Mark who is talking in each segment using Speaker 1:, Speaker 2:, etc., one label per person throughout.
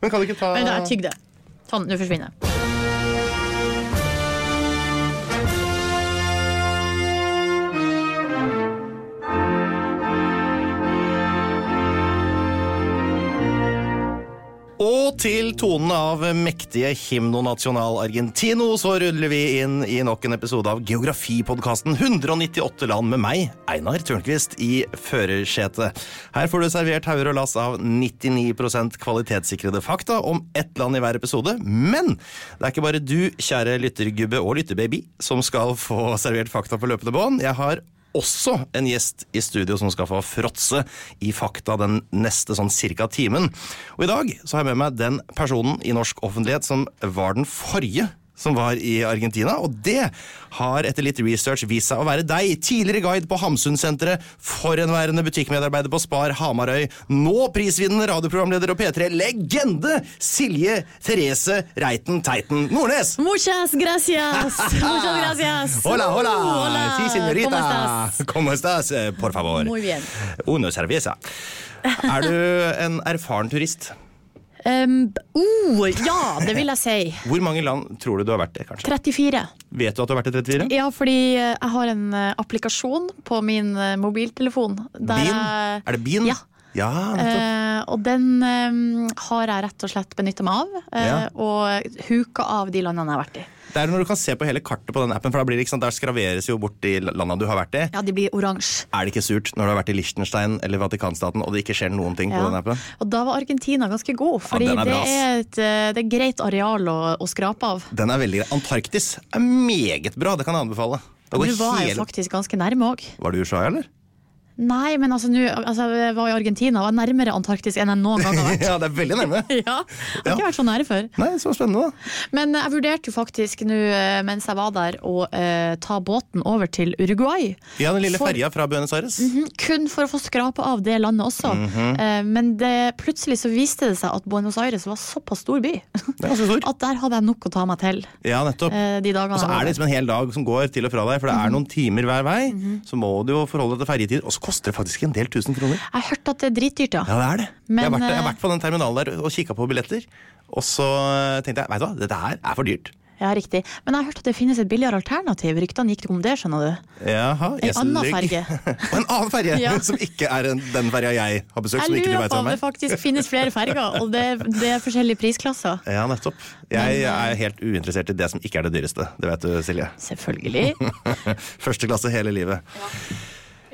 Speaker 1: Men kan du ikke ta
Speaker 2: Vent, da, jeg tygde. Sånn, nå forsvinner jeg.
Speaker 1: Og til tonen av mektige Himno Nacional Argentino så ruller vi inn i nok en episode av Geografipodkasten 198 land med meg, Einar Tørnquist, i førersetet. Her får du servert hauger og lass av 99 kvalitetssikrede fakta om ett land i hver episode. Men det er ikke bare du, kjære lyttergubbe og lytterbaby, som skal få servert fakta på løpende bånd. Jeg har også en gjest i studio som skal få fråtse i fakta den neste sånn cirka timen. Og i dag så har jeg med meg den personen i norsk offentlighet som var den forrige som var i Argentina, og det har etter litt research vist seg å være deg, tidligere guide på Hamsunsenteret, forhenværende butikkmedarbeider på Spar Hamarøy, nå prisvinnende radioprogramleder og P3, legende Silje Therese Reiten Teiten Nordnes!
Speaker 2: Muchas gracias! Muchas gracias! Oh,
Speaker 1: Hola, hola.
Speaker 2: Hola.
Speaker 1: Sí, señorita.
Speaker 2: ¿Cómo estás?
Speaker 1: ¿Cómo estás? Eh, Por favor.
Speaker 2: Muy bien.
Speaker 1: Uno cerveza. Er du en erfaren turist?
Speaker 2: Um, oh, ja, det vil jeg si.
Speaker 1: Hvor mange land tror du du har vært i? kanskje?
Speaker 2: 34.
Speaker 1: Vet du at du har vært i 34?
Speaker 2: Ja, fordi eh, jeg har en eh, applikasjon på min eh, mobiltelefon. der
Speaker 1: Bin?
Speaker 2: jeg-
Speaker 1: Er det bin?
Speaker 2: Ja.
Speaker 1: Ja, nettopp.
Speaker 2: Eh, og den eh, har jeg rett og slett benytta meg av, eh,
Speaker 1: Ja.
Speaker 2: og huka av de landene jeg har vært i.
Speaker 1: Det er når du kan se på hele kartet på den appen, for da blir det ikke sant, der skraveres jo bort de landa du har vært i.
Speaker 2: Ja, de blir oransje.
Speaker 1: Er det ikke surt når du har vært i Liechtenstein eller Vatikanstaten og det ikke skjer noen ting på den appen?
Speaker 2: Og da var Argentina ganske god, fordi
Speaker 1: den er
Speaker 2: det,
Speaker 1: bra, ass.
Speaker 2: er et, eh, det er greit areal å, å skrape av.
Speaker 1: Den er veldig grei. Antarktis er meget bra, det kan jeg anbefale. Det
Speaker 2: Nå
Speaker 1: går
Speaker 2: var jeg jo
Speaker 1: hele-
Speaker 2: faktisk ganske nærme òg.
Speaker 1: Var du i USA, eller?
Speaker 2: Nei, men altså, nå- altså, jeg var i Argentina og var nærmere Antarktis enn jeg noen gang har vært.
Speaker 1: Ja, det er veldig nærme.
Speaker 2: ja, jeg har
Speaker 1: Ja.
Speaker 2: ikke vært så nære før.
Speaker 1: Nei, så spennende, da.
Speaker 2: Men eh, jeg vurderte jo faktisk nå eh, mens jeg var der å eh, ta båten over til Uruguay.
Speaker 1: Ja, den lille
Speaker 2: For-
Speaker 1: ferja fra Buenos Aires.
Speaker 2: Mhm, Kun for å få skrapa av det landet også.
Speaker 1: Mhm.
Speaker 2: Eh, Men det, plutselig så viste det seg at Buenos Aires var såpass stor by
Speaker 1: Det er ganske stor.
Speaker 2: at der hadde jeg nok å ta meg til
Speaker 1: Ja, nettopp.
Speaker 2: eh, de dagene.
Speaker 1: Og
Speaker 2: jeg
Speaker 1: så
Speaker 2: var Mhm.
Speaker 1: er det
Speaker 2: der.
Speaker 1: liksom en hel dag som går til og fra deg, for det er noen timer hver vei.
Speaker 2: Mhm.
Speaker 1: Så må du jo forholde deg til ferjetid, og så koster det faktisk en del tusen kroner.
Speaker 2: Jeg hørte at det er dritdyrt, ja.
Speaker 1: Ja, det er det.
Speaker 2: Men,
Speaker 1: jeg, har vært, jeg har
Speaker 2: eh,
Speaker 1: vært på den terminalen der og kikka på billetter, og så tenkte jeg vet du hva, dette her er for dyrt.
Speaker 2: ja. Riktig. Men jeg har hørt at det finnes et billigere alternativ. Ryktene gikk om det, skjønner du.
Speaker 1: Jaha,
Speaker 2: En
Speaker 1: jeg
Speaker 2: annen
Speaker 1: ser-
Speaker 2: ferge.
Speaker 1: og en annen ferge,
Speaker 2: Ja.
Speaker 1: som ikke er en- den ferja jeg har besøkt.
Speaker 2: Jeg
Speaker 1: som ikke du
Speaker 2: lurer
Speaker 1: vet
Speaker 2: på
Speaker 1: hvem
Speaker 2: om
Speaker 1: er.
Speaker 2: det faktisk finnes flere ferger, og det, det er forskjellige prisklasser.
Speaker 1: Ja, nettopp. Jeg
Speaker 2: eh,
Speaker 1: er helt uinteressert i det som ikke er det dyreste. Det vet du, Silje.
Speaker 2: Selvfølgelig.
Speaker 1: Første klasse hele livet.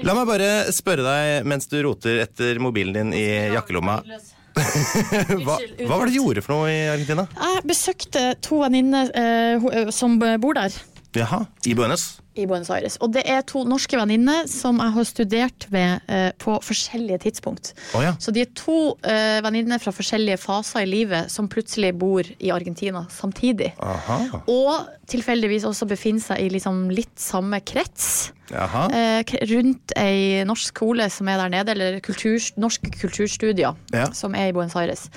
Speaker 1: La meg bare spørre deg mens du roter etter mobilen din i jakkelomma. Hva, hva var det du gjorde for noe i Argentina?
Speaker 2: Jeg besøkte to venninner eh, ho- eh, som bor der.
Speaker 1: Jaha. I Bønes.
Speaker 2: i Buenos Aires. Og det er to norske venninner som jeg har studert ved eh, på forskjellige tidspunkt.
Speaker 1: Å ja.
Speaker 2: Så de er to eh, venninner fra forskjellige faser i livet som plutselig bor i Argentina samtidig.
Speaker 1: Aha.
Speaker 2: Og tilfeldigvis også befinner seg i liksom litt samme krets.
Speaker 1: Jaha.
Speaker 2: eh, k- rundt ei norsk skole som er der nede, eller kultur, norske kulturstudier
Speaker 1: Ja.
Speaker 2: som er i Buenos Aires.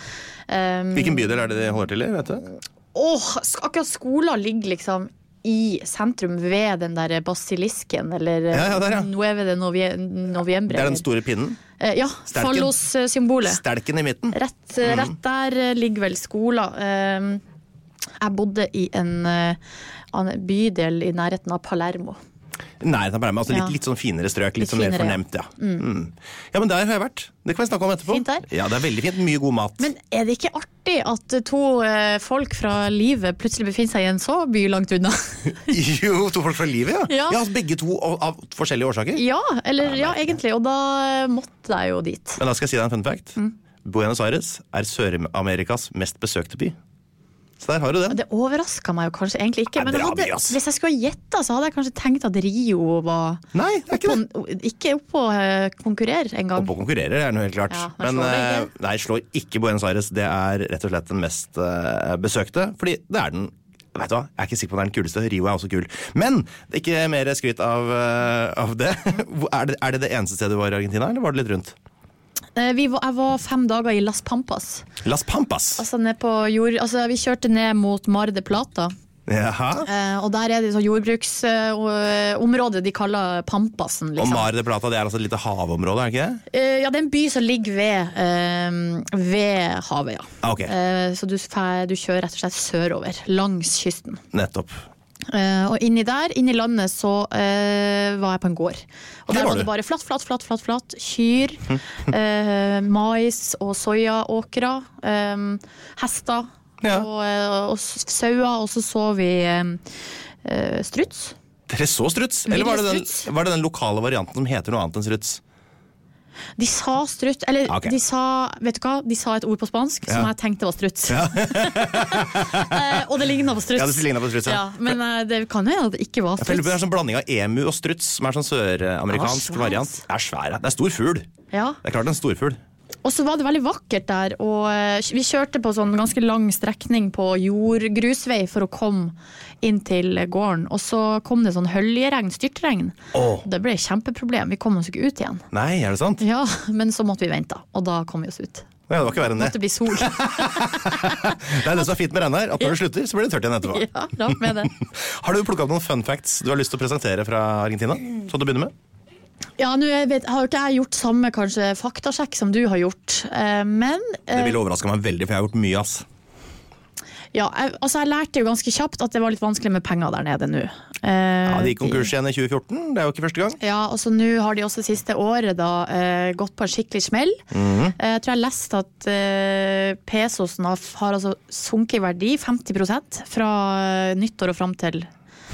Speaker 2: Um,
Speaker 1: Hvilken bydel er det de holder til i? vet du?
Speaker 2: Åh, sk- akkurat skolen ligger liksom i sentrum ved den der basilisken, eller eh,
Speaker 1: Ja, ja, der, ja.
Speaker 2: Nueve de Novie Noviembre.
Speaker 1: Det er den store pinnen.
Speaker 2: Eh, ja,
Speaker 1: Sterken. Mhm.
Speaker 2: fallos-symbolet.
Speaker 1: Stelken i midten.
Speaker 2: Rett, eh, rett der eh, ligger vel skolen. Ehm, jeg bodde i en, eh, an- bydel i nærheten av Palermo.
Speaker 1: Nærheten av Bærme. Altså litt,
Speaker 2: Ja.
Speaker 1: litt sånn finere strøk. Litt,
Speaker 2: Litt
Speaker 1: sånn mer
Speaker 2: finere, ja.
Speaker 1: fornemt, ja. Mm. Ja, men der har jeg vært. Det kan vi snakke om etterpå.
Speaker 2: Fint der.
Speaker 1: Ja, det er veldig fint. Mye god mat.
Speaker 2: Men er det ikke artig at to eh, folk fra livet plutselig befinner seg i en så by langt unna?
Speaker 1: jo, to folk fra livet, ja.
Speaker 2: Ja.
Speaker 1: altså begge to av, av forskjellige årsaker.
Speaker 2: ja, eller ja, egentlig. Og da eh, måtte jeg jo dit.
Speaker 1: Men da skal jeg si deg en fun fact.
Speaker 2: Mm.
Speaker 1: Buenos Aires er Sør-Amerikas mest besøkte by. Så der har du den.
Speaker 2: Det overraska meg jo kanskje egentlig ikke.
Speaker 1: Nei,
Speaker 2: Men jeg
Speaker 1: bra,
Speaker 2: hadde,
Speaker 1: Andreas.
Speaker 2: hvis jeg skulle ha gjetta, så hadde jeg kanskje tenkt at Rio var
Speaker 1: Nei, det er ikke det.
Speaker 2: på, Ikke oppe å eh, konkurrere engang.
Speaker 1: Oppe og konkurrerer er noe helt klart.
Speaker 2: Ja, men slår
Speaker 1: men
Speaker 2: det
Speaker 1: eh, nei, slår ikke Buenos Aires. Det er rett og slett den mest eh, besøkte. Fordi det er den Vet du hva, Jeg er ikke sikker på om det er den kuleste. Rio er også kul. Men det er ikke mer skryt av, eh, av det. Hvor- Er det. Er det det eneste stedet du var i Argentina, eller var det litt rundt?
Speaker 2: Eh, Vi var, jeg var fem dager i Las Pampas.
Speaker 1: Las Pampas.
Speaker 2: Altså, ned på jord, altså Vi kjørte ned mot Mar de Plata.
Speaker 1: Jaha.
Speaker 2: eh, Og der er det sånn jordbruksområde de kaller Pampasen.
Speaker 1: Og
Speaker 2: Liksom.
Speaker 1: Mar de Plata, det er altså et lite havområde, er det ikke det?
Speaker 2: Eh, Ja, det er en by som ligger ved, eh, ved havet, ja.
Speaker 1: Ah, ok.
Speaker 2: Eh, Så du, fær- du kjører rett og slett sørover, langs kysten.
Speaker 1: Nettopp.
Speaker 2: Eh, og inni der, inni landet, så eh, var jeg på en gård. Og
Speaker 1: Det
Speaker 2: der
Speaker 1: var
Speaker 2: var det
Speaker 1: du. Hm.
Speaker 2: bare flatt, flatt, flatt, flatt, flatt. Kyr, eh, mais og soyaåkre, eh, hester
Speaker 1: Ja.
Speaker 2: og, eh, og s- sauer. Og så så vi eh, eh, struts.
Speaker 1: Dere så struts? Eller var det, den, var det den lokale varianten som heter noe annet enn struts?
Speaker 2: De sa strutt, eller
Speaker 1: Ok.
Speaker 2: de sa Vet du hva, de sa et ord på spansk som jeg tenkte var struts. Eh, og det ligna på struts.
Speaker 1: Ja, det lignet på struts, ja.
Speaker 2: Ja, men eh, det kan jo hende at det ikke var
Speaker 1: Jeg føler
Speaker 2: struts.
Speaker 1: Det
Speaker 2: Ah,
Speaker 1: er en sånn blanding av emu og struts, som er sånn
Speaker 2: Ja,
Speaker 1: søramerikansk
Speaker 2: svær,
Speaker 1: variant.
Speaker 2: ass.
Speaker 1: Det er svær, ja. det er stor fugl.
Speaker 2: Ja.
Speaker 1: Det er klart det er en storfugl.
Speaker 2: Og så var det veldig vakkert der, og eh, vi kjørte på sånn ganske lang strekning på jordgrusvei for å komme inn til gården. Og så kom det sånn høljeregn, styrtregn.
Speaker 1: Åh.
Speaker 2: Det ble et kjempeproblem, vi kom oss ikke ut igjen.
Speaker 1: Nei, er det sant?
Speaker 2: Ja, Men så måtte vi vente, da, og da kom vi oss ut.
Speaker 1: Ja, det var ikke verre enn
Speaker 2: Det
Speaker 1: det.
Speaker 2: blir sol.
Speaker 1: Det er det som er fint med renn her, at når det slutter, så blir det tørt igjen etterpå.
Speaker 2: Ja, rart med det.
Speaker 1: Har du plukka opp noen fun facts du har lyst til å presentere fra Argentina? Sånn til å begynne med?
Speaker 2: Ja, nå jeg vet, har jo ikke jeg gjort samme kanskje faktasjekk som du har gjort, eh, men
Speaker 1: Det
Speaker 2: eh,
Speaker 1: ville overraska meg veldig, for jeg har gjort mye, ass.
Speaker 2: ja, jeg, altså, jeg lærte jo ganske kjapt at det var litt vanskelig med penger der nede nå.
Speaker 1: Ja,
Speaker 2: Eh,
Speaker 1: det gikk konkurs igjen i 2014, det er jo ikke første gang.
Speaker 2: Ja, og så nå har de også siste året da eh, gått på en skikkelig smell.
Speaker 1: Mhm.
Speaker 2: Eh, jeg tror jeg leste at eh, pesosen har, har altså sunket i verdi 50 fra eh, nyttår og fram til,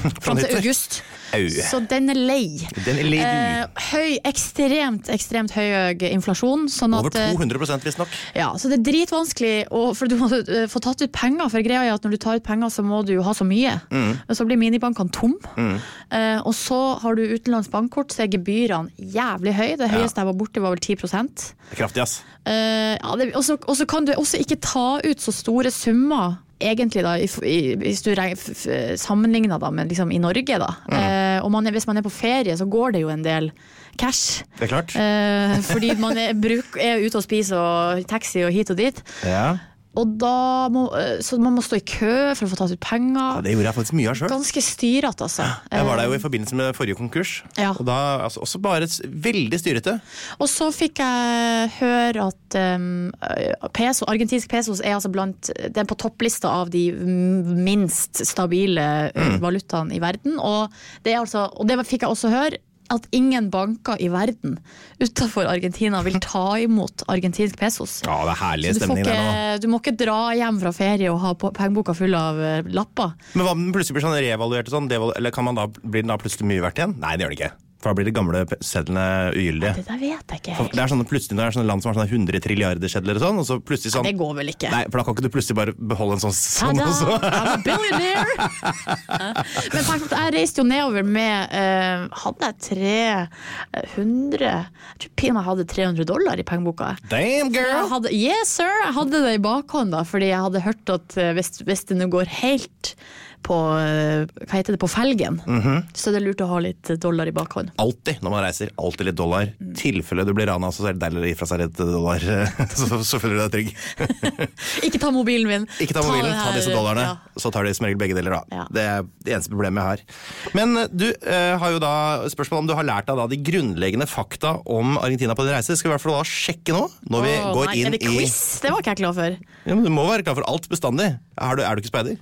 Speaker 2: fram til
Speaker 1: nyttår?
Speaker 2: august.
Speaker 1: Au.
Speaker 2: Så den er lei.
Speaker 1: Den er litt
Speaker 2: Eh, høy, ekstremt, ekstremt høy inflasjon. Sånn
Speaker 1: over
Speaker 2: at, eh,
Speaker 1: 200 visstnok.
Speaker 2: ja, så det er dritvanskelig å for du må eh, få tatt ut penger. For greia er at når du tar ut penger, så må du jo ha så mye. Men så blir minibankene tom. Eh, og så har du utenlandsk bankkort, så er gebyrene jævlig høye. Det høyeste jeg var borti, var vel 10
Speaker 1: Kraftig, ass.
Speaker 2: Eh, ja, det- Og så og så kan du også ikke ta ut så store summer, egentlig, da, i f- i- hvis du reg- f- f- sammenligner da, med liksom i Norge. da. Eh, og man er, hvis man er på ferie, så går det jo en del cash.
Speaker 1: Det er klart.
Speaker 2: Eh, fordi man er, bruk, er ute og spiser og taxi og hit og dit.
Speaker 1: Ja.
Speaker 2: Og da må, eh, så man må stå i kø for å få tatt ut
Speaker 1: ja,
Speaker 2: penger.
Speaker 1: Det gjorde jeg faktisk mye av sjøl.
Speaker 2: Ganske styrete, altså.
Speaker 1: Jeg var der jo i forbindelse med forrige konkurs.
Speaker 2: Ja.
Speaker 1: Og da, altså, også bare s- veldig styrete.
Speaker 2: Og så fikk jeg høre at um, peso, argentinsk pesos er altså blant Det er på topplista av de m- minst stabile
Speaker 1: Mm.
Speaker 2: eh, valutaene i verden. Og det, er altså, og det fikk jeg også høre. At ingen banker i verden utenfor Argentina vil ta imot argentinsk pesos.
Speaker 1: Ja, det er herlig
Speaker 2: Så du, får
Speaker 1: stemning der nå.
Speaker 2: ikke, du må ikke dra hjem fra ferie og ha på- pengeboka full av eh, lapper.
Speaker 1: Men hva om den plutselig blir sånn revaluert og sånn? devalu- Eller kan man da, blir den da plutselig mye verdt igjen? Nei, det gjør den ikke. For da blir de gamle pe- sedlene ugyldige.
Speaker 2: Det der vet jeg ikke
Speaker 1: For
Speaker 2: helt.
Speaker 1: Det er sånne, plutselig det er sånne land som har sånne 100 trilliarder sedler og sånn, og så plutselig sånn
Speaker 2: Det går vel ikke.
Speaker 1: Nei, for da kan ikke du plutselig bare beholde en sånn sånn
Speaker 2: Ta-da!
Speaker 1: også.
Speaker 2: I'm a billionaire! Men tenk at jeg reiste jo nedover med eh, Hadde jeg 300 Jeg tror pinadø jeg hadde 300 dollar i pengeboka. Jeg
Speaker 1: Damn, girl!
Speaker 2: hadde, yes, sir! Jeg hadde det i bakhånd, da, fordi jeg hadde hørt at eh, hvis, hvis det nå går helt på eh, Hva heter det, på felgen, så er det lurt å ha litt dollar i bakhånd.
Speaker 1: Alltid når man reiser. Alltid litt dollar.
Speaker 2: Mm.
Speaker 1: tilfelle du blir rana, så er det deilig å gi fra seg litt dollar. Så, så føler du deg trygg.
Speaker 2: Ikke ta mobilen min!
Speaker 1: Ikke ta mobilen,
Speaker 2: den
Speaker 1: ta
Speaker 2: her-
Speaker 1: disse dollarene.
Speaker 2: ja.
Speaker 1: Så tar de som regel begge deler, da.
Speaker 2: Ja.
Speaker 1: Det er det eneste problemet jeg har. Men eh, du eh, har jo da spørsmål om du har lært deg da de grunnleggende fakta om Argentina på din reise. Skal vi i hvert fall da sjekke nå, når vi
Speaker 2: Å,
Speaker 1: går
Speaker 2: nei,
Speaker 1: inn
Speaker 2: er det quiz? Det var ikke jeg klar for.
Speaker 1: i ja, men Du må være klar for alt bestandig. Er du, er du ikke speider?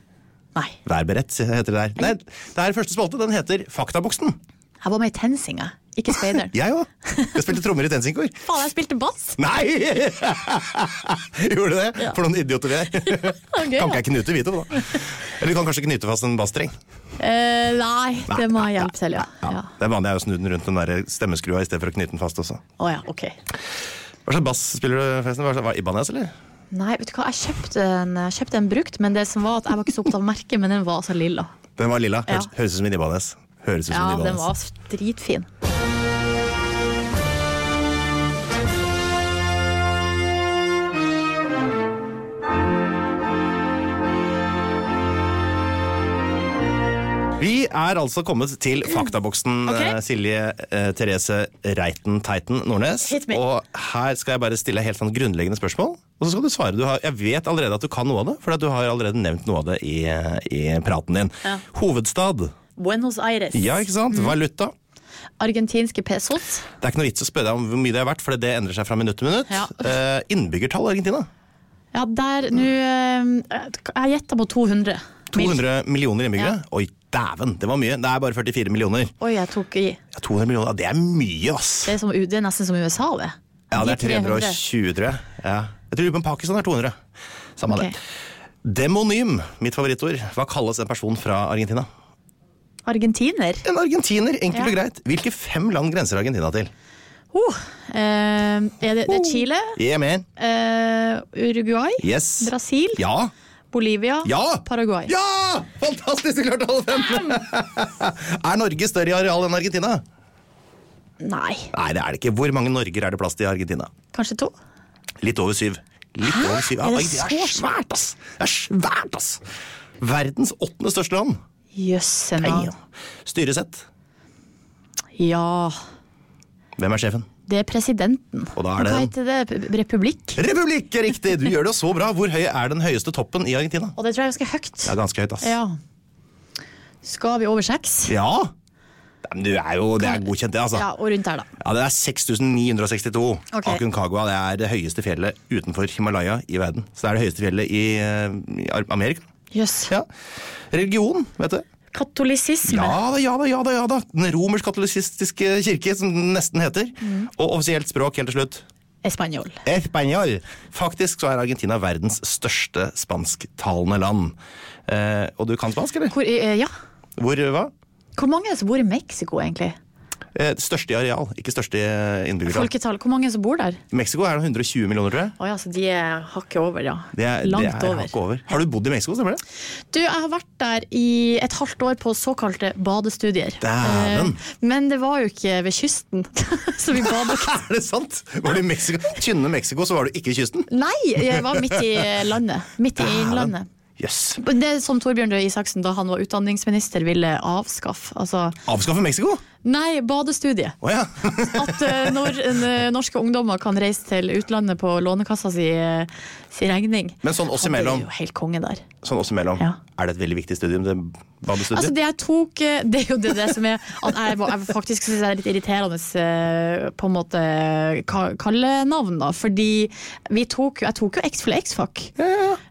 Speaker 2: Nei.
Speaker 1: Vær beredt, heter det der. Nei, det her første spalte, den heter Faktaboksen.
Speaker 2: Jeg var med i TenSing, jeg. Ikke Speideren.
Speaker 1: Jeg òg. Jeg spilte trommer i Tensinkor.
Speaker 2: Faen, jeg spilte bass!
Speaker 1: Nei! Gjorde du det? For noen idioter vi er.
Speaker 2: var gøy,
Speaker 1: kan
Speaker 2: da.
Speaker 1: ikke jeg knute hvite på, da? Eller du kan kanskje knute fast en bassstreng.
Speaker 2: Eh, nei, det må jeg hjelpe til, ja. Å ja.
Speaker 1: Det er vanlig er å snu den rundt den der stemmeskrua i stedet for å knyte den fast også.
Speaker 2: Å ja, ok.
Speaker 1: Hva slags bass spiller du, forresten? Hva slags, var det Ibanez, eller?
Speaker 2: Nei, vet du hva, jeg kjøpte en, jeg kjøpte en brukt, men det som var at jeg var ikke så opptatt av merket, men den var altså lilla.
Speaker 1: Den var lilla. Høres,
Speaker 2: Ja.
Speaker 1: høres ut som en Ibanez. Høres ut som
Speaker 2: Ja,
Speaker 1: en
Speaker 2: den
Speaker 1: Ibanez.
Speaker 2: var dritfin.
Speaker 1: Vi er altså kommet til faktaboksen,
Speaker 2: Ok.
Speaker 1: eh, Silje eh, Therese Reiten Teiten Nordnes.
Speaker 2: Hit me.
Speaker 1: Og her skal jeg bare stille helt sånn grunnleggende spørsmål. Og så skal du svare. Du har, jeg vet allerede at du kan noe av det, for du har allerede nevnt noe av det i, eh, i praten din. Hovedstad.
Speaker 2: Buenos Aires.
Speaker 1: Ja, ikke sant?
Speaker 2: Mm.
Speaker 1: Valuta.
Speaker 2: Argentinske pesos.
Speaker 1: Det er ikke noe vits å spørre deg om hvor mye det er verdt, for det endrer seg fra minutt til minutt.
Speaker 2: Ja.
Speaker 1: Eh, innbyggertall i Argentina.
Speaker 2: Ja, der nå eh, Jeg gjetta på 200. Mil.
Speaker 1: 200 millioner innbyggere.
Speaker 2: Ja.
Speaker 1: Oi, dæven, det var mye. Det er bare 44 millioner.
Speaker 2: Oi, jeg tok i.
Speaker 1: Ja, 200 millioner, ja, det er mye, ass.
Speaker 2: Det er, som, det er nesten som USA, det.
Speaker 1: Ja, det
Speaker 2: De
Speaker 1: er 320, tror jeg. Ja. Jeg tror men Pakistan er 200. Samme
Speaker 2: Ok.
Speaker 1: det. Demonym, mitt favorittord. Hva kalles en person fra Argentina?
Speaker 2: Argentiner.
Speaker 1: En argentiner,
Speaker 2: Ja.
Speaker 1: enkelt og greit. Hvilke fem land grenser Argentina til?
Speaker 2: Oh, eh, er det, det er Chile,
Speaker 1: Yeah, man.
Speaker 2: eh, Uruguay,
Speaker 1: Yes.
Speaker 2: Brasil,
Speaker 1: Ja!
Speaker 2: Bolivia,
Speaker 1: Ja!
Speaker 2: Paraguay.
Speaker 1: Ja! Fantastisk, du klarte alle fem! er Norge større i areal enn Argentina?
Speaker 2: Nei,
Speaker 1: Nei, det er det ikke. Hvor mange Norger er det plass til i Argentina?
Speaker 2: kanskje to?
Speaker 1: Litt over syv. Litt over syv. Ja,
Speaker 2: Er det
Speaker 1: oi, det
Speaker 2: så
Speaker 1: er svært, ass! Det er svært, ass! Verdens åttende største land.
Speaker 2: Jøsse
Speaker 1: Damn.
Speaker 2: navn.
Speaker 1: Styresett.
Speaker 2: Ja,
Speaker 1: Hvem er sjefen?
Speaker 2: det er presidenten.
Speaker 1: Og da er det-
Speaker 2: Hva heter det? P- Republikk?
Speaker 1: Republikk er riktig! Du gjør det jo så bra. Hvor høy er den høyeste toppen i Argentina?
Speaker 2: Og det tror jeg er ganske høyt.
Speaker 1: Det er ganske høyt, ass.
Speaker 2: Ja. Skal vi over seks?
Speaker 1: Ja. Nei, Men du er jo Det er godkjent, det, altså.
Speaker 2: Ja, og rundt der, da.
Speaker 1: Ja, Det er 6962.
Speaker 2: Ok.
Speaker 1: Aconcagua det er det høyeste fjellet utenfor Himalaya i verden. Så det er det høyeste fjellet i, eh, i Ar- Amerika.
Speaker 2: Jøss.
Speaker 1: Ja. Religion, vet du.
Speaker 2: Katolisisme.
Speaker 1: Ja da, ja da, ja da. ja da. Den romersk-katolisistiske kirke, som den nesten heter. Og offisielt språk, helt til slutt.
Speaker 2: Espanjol.
Speaker 1: Español. Faktisk så er Argentina verdens største spansktalende land. Eh, og du kan spansk, eller?
Speaker 2: Hvor, eh, ja.
Speaker 1: Hvor hva?
Speaker 2: Hvor mange er det som bor i Mexico, egentlig?
Speaker 1: Eh, største i areal, ikke største i eh, innbyggertall.
Speaker 2: Folketall. Hvor mange er det som bor der?
Speaker 1: Mexico er 120 millioner, tror jeg.
Speaker 2: Å ja, så de er hakket over, ja.
Speaker 1: Det er,
Speaker 2: Langt
Speaker 1: det er
Speaker 2: over.
Speaker 1: hakket over. Har du bodd i Mexico, stemmer det?
Speaker 2: Du, jeg har vært der i et halvt år på såkalte badestudier. Eh,
Speaker 1: Dæven.
Speaker 2: Men det var jo ikke ved kysten, så vi bada ikke.
Speaker 1: Er det sant? Var du i Mexico? Tynne Mexico, så var du ikke i kysten?
Speaker 2: Nei, jeg var midt i landet. Midt i innlandet.
Speaker 1: Jøss. Yes.
Speaker 2: Men Det som Torbjørn Røe Isaksen da han var utdanningsminister ville avskaffe. Altså,
Speaker 1: Avskaffe Mexico?
Speaker 2: nei, badestudiet.
Speaker 1: Å ja.
Speaker 2: At eh, når eh, norske ungdommer kan reise til utlandet på lånekassa si, eh, si regning.
Speaker 1: Men sånn oss
Speaker 2: Og
Speaker 1: imellom.
Speaker 2: Det er jo helt konge der.
Speaker 1: Sånn oss imellom.
Speaker 2: Ja.
Speaker 1: Er det et veldig viktig studium, det badestudiet?
Speaker 2: Altså det jeg tok eh, Det er jo det, det som er at jeg, var- jeg faktisk synes det er litt irriterende eh, på en måte eh, ka- kallenavn, da. Fordi vi tok, jo- jeg tok jo X for X-fac.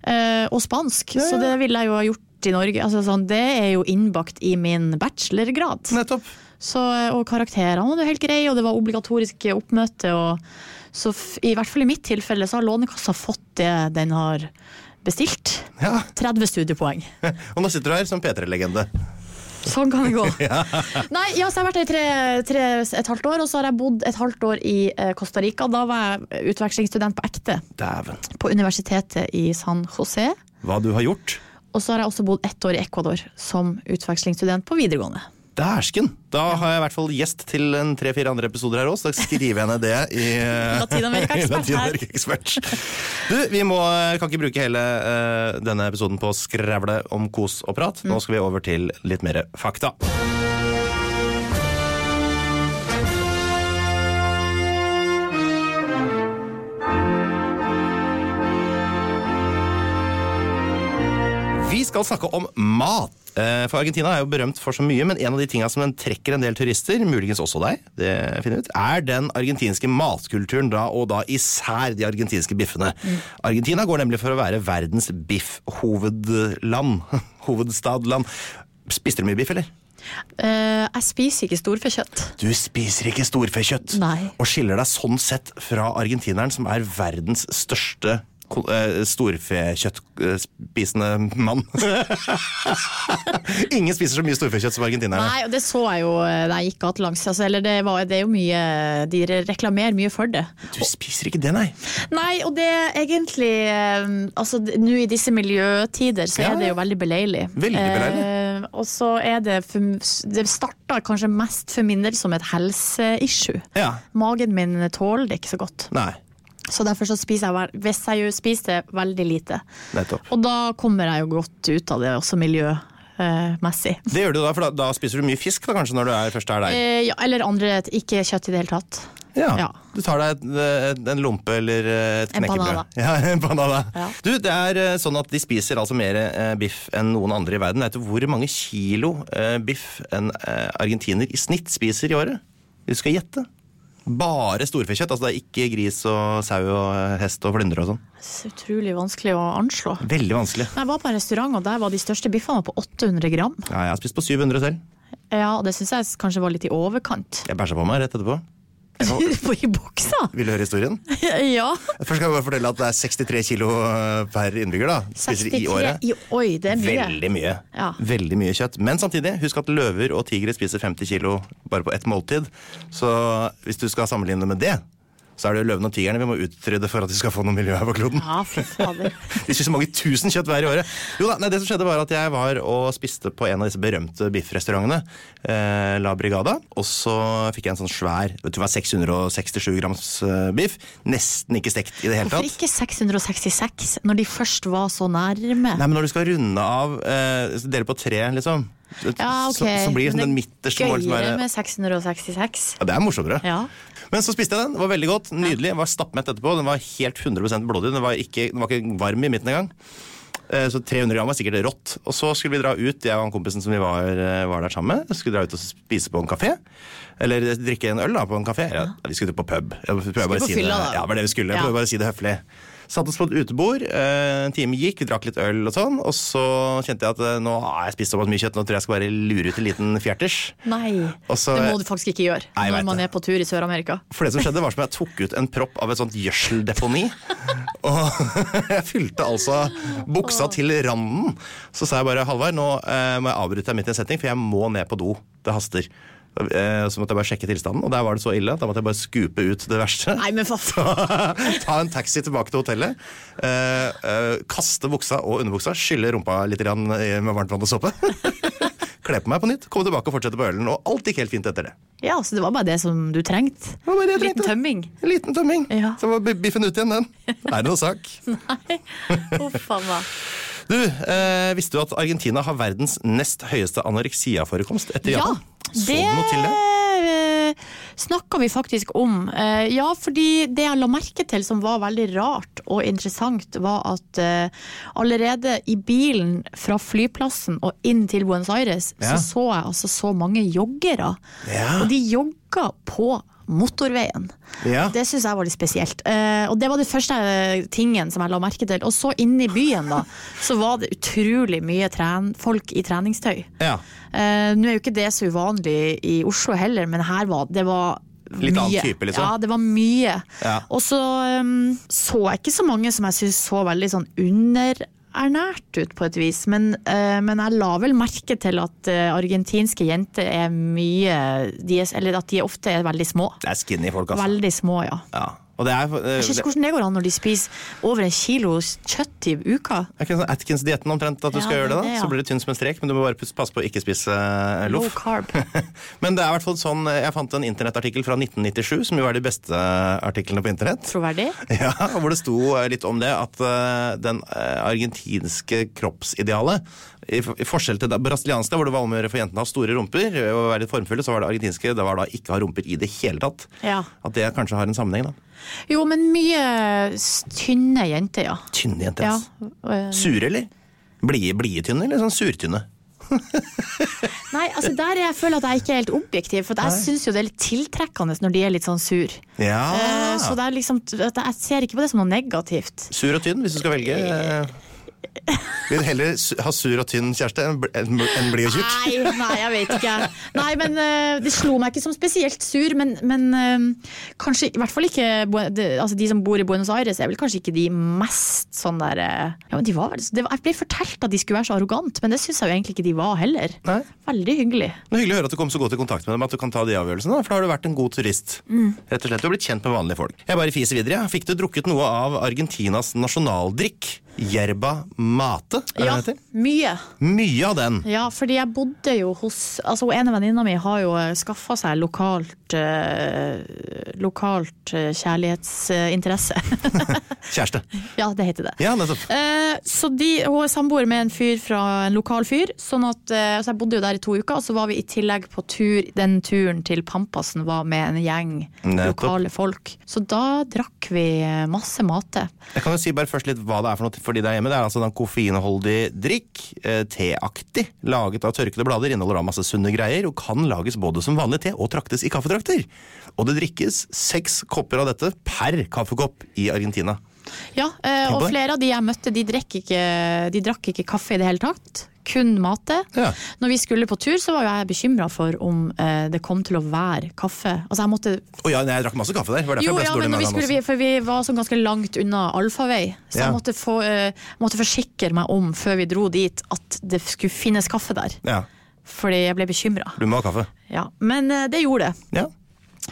Speaker 2: Eh, Og spansk, så det ville jeg jo ha gjort i Norge. Altså, sånn, det er jo innbakt i min bachelorgrad.
Speaker 1: Nettopp.
Speaker 2: Så, eh, og karakterene var jo helt greie, og det var obligatorisk oppmøte. Og, så f, i hvert fall i mitt tilfelle så har Lånekassa fått det den har bestilt.
Speaker 1: Ja.
Speaker 2: 30 studiepoeng.
Speaker 1: Og nå sitter du her som P3-legende.
Speaker 2: Sånn kan det gå. Nei, ja, så Jeg har vært her i tre, tre et halvt år, og så har jeg bodd et halvt år i eh, Costa Rica. Da var jeg utvekslingsstudent på ekte,
Speaker 1: Dæven.
Speaker 2: på universitetet i San José.
Speaker 1: Hva du har gjort?
Speaker 2: Og så har jeg også bodd ett år i Ecuador som utvekslingsstudent på videregående.
Speaker 1: Dæsken! Da har jeg i hvert fall gjest til en tre-fire andre episoder her òg, så da skriver jeg ned det i eh,
Speaker 2: Latinamerikaekspert her.
Speaker 1: Latinamerikaekspert. Du, vi må, kan ikke bruke hele eh, denne episoden på å skrevle om kos og prat. Nå skal vi over til litt mer fakta. Vi skal snakke om mat. Eh, For Argentina er jo berømt for så mye, men en av de tinga som den trekker en del turister, muligens også deg, det finner jeg ut, er den argentinske matkulturen, da, og da især de argentinske biffene. Argentina går nemlig for å være verdens biffhovedland. Hovedstadland. Spiste du mye biff, eller?
Speaker 2: Eh, jeg spiser ikke storfekjøtt.
Speaker 1: Du spiser ikke storfekjøtt.
Speaker 2: Nei.
Speaker 1: Og skiller deg sånn sett fra argentineren, som er verdens største ko- eh, storfekjøttspisende mann. Ingen spiser så mye storfekjøtt som argentinerne.
Speaker 2: Nei, og det så jeg jo eh, da jeg gikk gatelangs. Altså, eller det, var, det er jo mye De reklamerer mye for det.
Speaker 1: Du spiser ikke det, nei.
Speaker 2: Nei, og det er egentlig eh, Altså, d- nå i disse miljøtider så
Speaker 1: Ja,
Speaker 2: er det
Speaker 1: ja.
Speaker 2: jo veldig beleilig.
Speaker 1: Veldig beleilig.
Speaker 2: Eh, og så er det for, Det starta kanskje mest for min del som et helseissue.
Speaker 1: Ja.
Speaker 2: Magen min tåler det ikke så godt.
Speaker 1: Nei,
Speaker 2: Så derfor så spiser jeg, vel- hvis jeg jo spiser det veldig lite.
Speaker 1: nettopp.
Speaker 2: Og da kommer jeg jo godt ut av det, også miljømessig.
Speaker 1: Det gjør du da, for da, da spiser du mye fisk da, kanskje når du er først er der.
Speaker 2: Eh, ja, eller andre et- ikke kjøtt i det hele tatt.
Speaker 1: Ja.
Speaker 2: ja.
Speaker 1: Du tar deg et, et, en lompe eller eh, et
Speaker 2: En
Speaker 1: knekkebrød.
Speaker 2: banana.
Speaker 1: Ja, en banana.
Speaker 2: Ja.
Speaker 1: Du, det er eh, sånn at de spiser altså mer eh, biff enn noen andre i verden. Vet du hvor mange kilo eh, biff en eh, argentiner i snitt spiser i året? Du skal gjette. Bare storfekjøtt. Altså det er ikke gris og sau og eh, hest og flyndre og sånn.
Speaker 2: Så utrolig vanskelig å anslå.
Speaker 1: Veldig vanskelig.
Speaker 2: Jeg var på en restaurant, og der var de største biffene på 800 gram.
Speaker 1: Ja, jeg har spist på 700 selv.
Speaker 2: Ja, og Det syns jeg kanskje var litt i overkant.
Speaker 1: Jeg bæsja på meg rett etterpå. Jeg kan-
Speaker 2: På I buksa!
Speaker 1: Vil du høre historien?
Speaker 2: Ja.
Speaker 1: Først skal jeg bare fortelle at det er 63 kilo eh, per innbygger da, spiser i året.
Speaker 2: I, oi, det er mye.
Speaker 1: Veldig mye.
Speaker 2: Ja.
Speaker 1: Veldig mye kjøtt. Men samtidig, husk at løver og tigre spiser 50 kilo bare på ett måltid. Så hvis du skal sammenligne med det, så er det jo løvene og tigrene vi må utrydde for at de skal få noe miljø her på kloden.
Speaker 2: Ja, fy fader.
Speaker 1: De spiser mange tusen kjøtt hver i året. Jo da, nei, det som skjedde var at jeg var og spiste på en av disse berømte biffrestaurantene, eh, La Brigada. Og så fikk jeg en sånn svær, vet du hva, 667 grams eh, biff. Nesten ikke stekt i det hele
Speaker 2: Hvorfor
Speaker 1: tatt.
Speaker 2: ikke 666, når de først var så nærme?
Speaker 1: Nei, men når du skal runde av eh, dele på tre, liksom,
Speaker 2: Ja, ok.
Speaker 1: så, så blir det sånn
Speaker 2: Men
Speaker 1: den midterste mål som er eh,
Speaker 2: Gøyere med 666.
Speaker 1: ja, Det er morsommere.
Speaker 2: Ja.
Speaker 1: Men så spiste jeg den. Det var veldig godt, nydelig. Jeg var stappmett etterpå. Den var helt 100 blodig. Den var, ikke, den var ikke varm i midten engang. Eh, Så 300 gram var sikkert rått. Og så skulle vi dra ut, jeg og han kompisen som vi var, eh, var der sammen med, skulle dra ut og spise på en kafé. Eller drikke en øl da, på en kafé. Ja, vi skulle på pub. Jeg prøver bare å
Speaker 2: på
Speaker 1: si det.
Speaker 2: fylla, da.
Speaker 1: Ja, var det vi skulle. Jeg
Speaker 2: Ja.
Speaker 1: prøver bare å si det høflig. Satt oss på et utebord, eh, en time gikk, vi drakk litt øl og sånn. Og så kjente jeg at eh, nå har jeg spist såpass mye kjøtt, nå tror jeg jeg skal bare lure ut en liten fjerters.
Speaker 2: Nei,
Speaker 1: Og så-
Speaker 2: det må du faktisk ikke gjøre
Speaker 1: Nei, jeg vet
Speaker 2: når man
Speaker 1: det.
Speaker 2: er på tur i Sør-Amerika.
Speaker 1: For det som skjedde var som jeg tok ut en propp av et sånt gjødseldeponi. Og jeg fylte altså buksa til randen. Så sa jeg bare Halvard, nå eh, må jeg avbryte deg midt i en setning, for jeg må ned på do. Det haster. Eh, Så måtte jeg bare sjekke tilstanden, og der var det så ille. Da måtte jeg bare skupe ut det verste.
Speaker 2: Nei, men for faen.
Speaker 1: Ta en taxi tilbake til hotellet. eh, eh, kaste buksa og underbuksa. Skylle rumpa litt grann i- med varmt vann og såpe. Kle på meg på nytt, komme tilbake og fortsette på ølen. Og alt gikk helt fint etter det.
Speaker 2: Ja, så det var bare det som du trengte.
Speaker 1: Det var bare det jeg
Speaker 2: Liten
Speaker 1: trengte.
Speaker 2: tømming.
Speaker 1: En liten tømming.
Speaker 2: Ja.
Speaker 1: Så var bi- biffen ut igjen, den. Er det noe sak?
Speaker 2: Nei, huff a meg.
Speaker 1: Du, eh, visste du at Argentina har verdens nest høyeste anoreksiaforekomst etter
Speaker 2: Ja,
Speaker 1: Japan? Så
Speaker 2: det
Speaker 1: du noe til det?
Speaker 2: eh, snakka vi faktisk om. Eh, Ja, fordi det jeg la merke til som var veldig rart og interessant, var at eh, allerede i bilen fra flyplassen og inn til Buenos Aires,
Speaker 1: Ja.
Speaker 2: så så jeg altså så mange joggere.
Speaker 1: Ja.
Speaker 2: Og de jogga på motorveien.
Speaker 1: Ja.
Speaker 2: Det syns jeg var litt spesielt. Eh, og det var det første eh, tingen som jeg la merke til. Og så inne i byen, da, så var det utrolig mye tren folk i treningstøy.
Speaker 1: ja.
Speaker 2: Eh, Nå er jo ikke det så uvanlig i Oslo heller, men her var det var
Speaker 1: Litt annen
Speaker 2: mye.
Speaker 1: type, liksom.
Speaker 2: Ja, det var mye.
Speaker 1: Ja.
Speaker 2: Og så um, så jeg ikke så mange som jeg syns så veldig sånn under ernært ut på et vis, men, eh, men jeg la vel merke til at eh, argentinske jenter er mye de er, Eller at de ofte er veldig små.
Speaker 1: Det er skinny folk, altså.
Speaker 2: Veldig små, ja.
Speaker 1: Ja. Og det er, eh,
Speaker 2: Jeg skjønner
Speaker 1: det
Speaker 2: ikke hvordan det går an når de spiser over en kilo kjøtt i uka.
Speaker 1: er ikke sånn Atkins-dietten omtrent at du
Speaker 2: Ja,
Speaker 1: skal gjøre
Speaker 2: det
Speaker 1: det.
Speaker 2: er
Speaker 1: da
Speaker 2: det, ja.
Speaker 1: Så blir det tynn som en strek, men du må bare pus- passe på å ikke spise eh,
Speaker 2: Low
Speaker 1: loff.
Speaker 2: carb.
Speaker 1: Men det er i hvert fall sånn eh, Jeg fant en internettartikkel fra 1997, som jo er de beste eh, artiklene på internett.
Speaker 2: Troverdig.
Speaker 1: Ja, hvor det sto eh, litt om det, at eh, den eh, argentinske kroppsidealet i f- i forskjell til det brasilianske, hvor det var om å gjøre for jentene å ha store rumper eh, og være litt formfulle, så var det argentinske det var da ikke ha rumper i det hele tatt.
Speaker 2: Ja.
Speaker 1: At det kanskje har en sammenheng, da.
Speaker 2: Jo, men mye s- tynne jenter, ja.
Speaker 1: Tynne jenter.
Speaker 2: ja.
Speaker 1: ass.
Speaker 2: eh,
Speaker 1: Sure, eller? Blide blide tynne, eller sånn surtynne?
Speaker 2: Nei, altså der er jeg føler at jeg ikke er helt objektiv, for at jeg syns jo det er litt tiltrekkende når de er litt sånn sur.
Speaker 1: Ja.
Speaker 2: Eh, Så det er liksom, at jeg ser ikke på det som noe negativt.
Speaker 1: Sur og tynn, hvis du skal velge. eh. Vil du heller su- ha sur og tynn kjæreste enn bl- enn bl- enn blid og tjukk?
Speaker 2: Nei, nei, jeg vet ikke. Nei, men eh, Det slo meg ikke som spesielt sur, men, men eh, kanskje I hvert fall ikke Bu- det- altså, De som bor i Buenos Aires, er vel kanskje ikke de mest sånn der eh, ja, men de var vel, det var, Jeg ble fortalt at de skulle være så arrogant, men det syns jeg jo egentlig ikke de var heller.
Speaker 1: Nei.
Speaker 2: Veldig hyggelig.
Speaker 1: Det er Hyggelig å høre at du kom så godt i kontakt med dem at du kan ta de avgjørelsene. da, For da har du vært en god turist. Rett og slett, Du har blitt kjent med vanlige folk. Jeg bare fiser videre. jeg. Fikk du drukket noe av Argentinas nasjonaldrikk? Jerba mate? Er
Speaker 2: Ja,
Speaker 1: det det heter?
Speaker 2: mye.
Speaker 1: Mye av den.
Speaker 2: Ja, fordi jeg bodde jo hos Altså, hun ene venninna mi har jo skaffa seg lokalt eh, Lokalt eh, kjærlighetsinteresse.
Speaker 1: Kjæreste.
Speaker 2: ja, det heter det.
Speaker 1: Ja, nettopp.
Speaker 2: Eh, så de, hun er samboer med en fyr fra en lokal fyr. Sånn at, eh, så jeg bodde jo der i to uker, og så var vi i tillegg på tur. Den turen til Pampasen var med en gjeng
Speaker 1: Nettopp.
Speaker 2: lokale folk. Så da drakk vi eh, masse mate.
Speaker 1: Jeg kan jo si bare først litt hva det er for noe for de der hjemme. Det er altså en koffeinholdig drikk, eh, teaktig, laget av tørkede blader, inneholder da masse sunne greier, og kan lages både som vanlig te og traktes i kaffetrakter. Og det drikkes seks kopper av dette per kaffekopp i Argentina.
Speaker 2: Ja, eh,
Speaker 1: Tenk på
Speaker 2: og
Speaker 1: det.
Speaker 2: flere av de jeg møtte, de, drekk ikke, de drakk ikke kaffe i det hele tatt. Kun mate.
Speaker 1: Ja.
Speaker 2: Når vi skulle på tur, så var jo jeg bekymra for om eh, det kom til å være kaffe. Altså, jeg måtte
Speaker 1: Å ja, nei, jeg drakk masse kaffe der. Var derfor
Speaker 2: Jo,
Speaker 1: jeg ble
Speaker 2: ja,
Speaker 1: så dårlig
Speaker 2: men når vi
Speaker 1: med den
Speaker 2: skulle, vi, for vi var sånn ganske langt unna allfarvei, så
Speaker 1: Ja.
Speaker 2: jeg måtte, få, eh, måtte forsikre meg om før vi dro dit at det skulle finnes kaffe der.
Speaker 1: også. Ja,
Speaker 2: Fordi jeg ble bekymra.
Speaker 1: du må ha kaffe.
Speaker 2: Ja. Men eh, det gjorde det.
Speaker 1: Ja.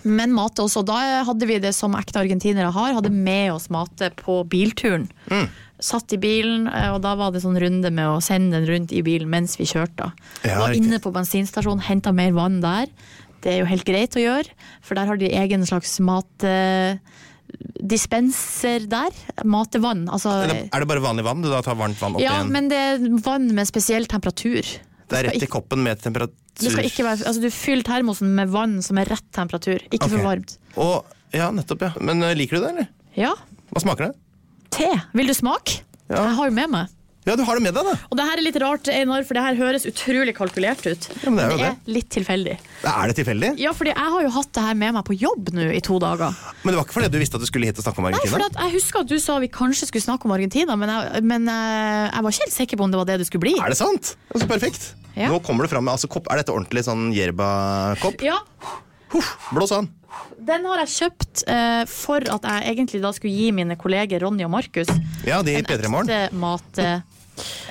Speaker 2: Men mat også. Da hadde vi det som ekte argentinere har, hadde med oss mat på bilturen.
Speaker 1: Mm.
Speaker 2: Satt i bilen, eh, og da var det sånn runde med å sende den rundt i bilen mens vi kjørte.
Speaker 1: Ja,
Speaker 2: var
Speaker 1: riktig.
Speaker 2: inne på bensinstasjonen, henta mer vann der. Det er jo helt greit å gjøre, for der har de egen slags matdispenser der. Matvann. Altså
Speaker 1: Er det, er det bare vanlig vann? Du da tar varmt vann opp
Speaker 2: Ja,
Speaker 1: igjen?
Speaker 2: men det er vann med spesiell temperatur.
Speaker 1: det er
Speaker 2: skal
Speaker 1: rett i
Speaker 2: ikke-
Speaker 1: koppen med temperatur
Speaker 2: Det skal ikke være, altså du fyller termosen med vann som er rett temperatur, ikke
Speaker 1: Ok.
Speaker 2: for varmt.
Speaker 1: Og, ja, nettopp, ja. Men ø, liker du det, eller?
Speaker 2: Ja,
Speaker 1: Hva smaker det?
Speaker 2: te. Vil du smake?
Speaker 1: Ja.
Speaker 2: Jeg har jo med meg.
Speaker 1: Ja, du har det med deg, da.
Speaker 2: Og det her er litt rart, Einar, for det her høres utrolig kalkulert ut.
Speaker 1: Ja, men det er jo
Speaker 2: det er litt tilfeldig.
Speaker 1: Er det tilfeldig?
Speaker 2: Ja, fordi jeg har jo hatt det her med meg på jobb nå i to dager.
Speaker 1: Men det var ikke fordi du visste at du skulle hit og snakke om
Speaker 2: Nei, for
Speaker 1: Argentina?
Speaker 2: at jeg husker at du sa vi kanskje skulle snakke om Argentina, men jeg, men eh, jeg var ikke helt sikker på om det var det du skulle bli.
Speaker 1: Er det sant? Altså, perfekt.
Speaker 2: Ja.
Speaker 1: Nå kommer det fram med altså, kopp. Er dette ordentlig sånn Jerba-kopp?
Speaker 2: Ja,
Speaker 1: Blås an.
Speaker 2: den har jeg kjøpt eh, for at jeg egentlig da skulle gi mine kolleger Ronny og Markus
Speaker 1: Ja, de i P3 Morgen.
Speaker 2: ekte mat... eh,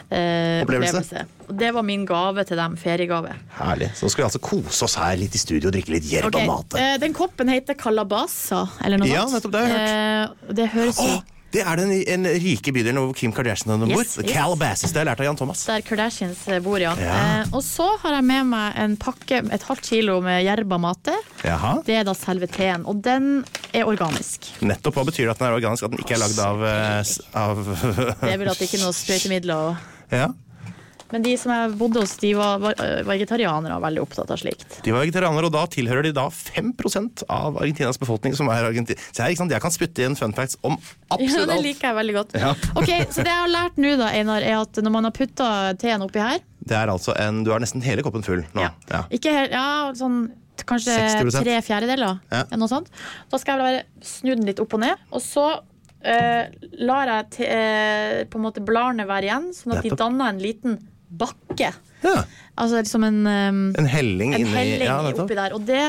Speaker 1: Opplevelse.
Speaker 2: opplevelse. Og Det var min gave til dem, feriegave.
Speaker 1: Herlig. Så nå skal vi altså kose oss her litt i studio og drikke litt
Speaker 2: Ok,
Speaker 1: Jerba-mate.
Speaker 2: eh, Den koppen heter Calabasa, eller noe
Speaker 1: Ja,
Speaker 2: sånt.
Speaker 1: nettopp, det har jeg
Speaker 2: Eh, det høres jo
Speaker 1: Åh, det er den, i- en rike bydelen hvor Kim Kardashian og de bor.
Speaker 2: Yes,
Speaker 1: The
Speaker 2: yes.
Speaker 1: Calabasas. Det har jeg lært av Jan Thomas.
Speaker 2: der Kardashians bor, ja.
Speaker 1: Ja.
Speaker 2: Eh, og så har jeg med meg en pakke, et halvt kilo med jerba mate.
Speaker 1: Jaha.
Speaker 2: Det er da selve teen, og den er organisk.
Speaker 1: Nettopp, Hva betyr det at den er organisk? At den ikke er lagd av, eh, s- av
Speaker 2: Det er vel at det ikke er noe sprøytemidler og
Speaker 1: Ja.
Speaker 2: Men de som jeg bodde hos, de var, var eh, vegetarianere og veldig opptatt av slikt.
Speaker 1: De var vegetarianere, og da tilhører de da 5 av Argentinas befolkning som er argentin... Se her, ikke sant? Jeg kan spytte inn fun facts om
Speaker 2: Ja,
Speaker 1: absolutt
Speaker 2: det
Speaker 1: alt.
Speaker 2: liker jeg veldig godt.
Speaker 1: Ja.
Speaker 2: Ok, Så det jeg har lært nå, da, Einar, er at når man har putta teen oppi her
Speaker 1: Det er altså en Du har nesten hele koppen full nå.
Speaker 2: Ja.
Speaker 1: Ja.
Speaker 2: Ikke helt, ja, sånn t- kanskje
Speaker 1: 60%.
Speaker 2: tre fjerdedeler.
Speaker 1: Ja.
Speaker 2: eller Noe sånt. Da skal jeg vel bare snu den litt opp og ned, og så eh, lar jeg te, eh, på en måte bladene være igjen, sånn at
Speaker 1: Nettopp.
Speaker 2: de danner en liten bakke.
Speaker 1: Ja.
Speaker 2: Altså liksom en, um,
Speaker 1: En helling
Speaker 2: en
Speaker 1: inni
Speaker 2: helling
Speaker 1: ja, nettopp.
Speaker 2: oppi der. Og det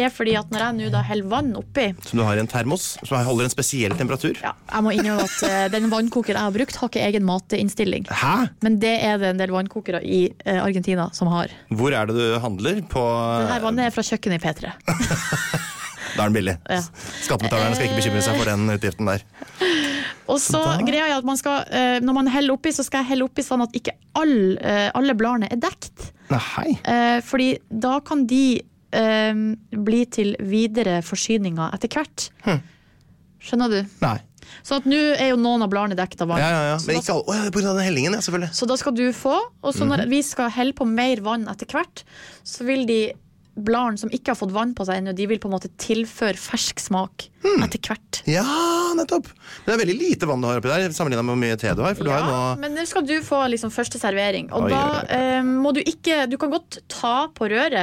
Speaker 2: er fordi at når jeg nå da heller vann oppi
Speaker 1: Som du har i en termos, som holder en spesiell temperatur.
Speaker 2: ja, Jeg må innrømme at eh, den vannkokeren jeg har brukt, har ikke egen mateinnstilling.
Speaker 1: Hæ?
Speaker 2: Men det er det en del vannkokere i eh, Argentina som har.
Speaker 1: Hvor er det du handler? På
Speaker 2: Det her vannet er fra kjøkkenet i P3.
Speaker 1: Da er den billig.
Speaker 2: Ja.
Speaker 1: Skattebetalerne skal ikke bekymre seg for den utgiften der.
Speaker 2: Og så
Speaker 1: Da-
Speaker 2: greia er at man skal, eh, Når man heller oppi, så skal jeg helle oppi sånn at ikke all, eh, alle bladene er dekt.
Speaker 1: Nei, hei.
Speaker 2: Eh, Fordi da kan de eh, bli til videre forsyninger etter hvert.
Speaker 1: Hm.
Speaker 2: Skjønner du?
Speaker 1: Nei.
Speaker 2: Sånn at nå er jo noen av bladene dekt av vann.
Speaker 1: Ja, ja, ja. Men ikke alle. Å, ja, på grunn av den hellingen, ja, selvfølgelig.
Speaker 2: Så da skal du få, og så
Speaker 1: Mhm.
Speaker 2: når vi skal helle på mer vann etter hvert, så vil de bladene som ikke har fått vann på seg ennå, de vil på en måte tilføre fersk smak
Speaker 1: Hm.
Speaker 2: etter hvert.
Speaker 1: Ja, nettopp. Men det er veldig lite vann du har oppi der, sammenlignet med hvor mye te du har. For du har jo
Speaker 2: Ja,
Speaker 1: nå
Speaker 2: men nå skal du få liksom første servering, og
Speaker 1: Oi,
Speaker 2: da
Speaker 1: oi, oi.
Speaker 2: eh, må du ikke Du kan godt ta på røret,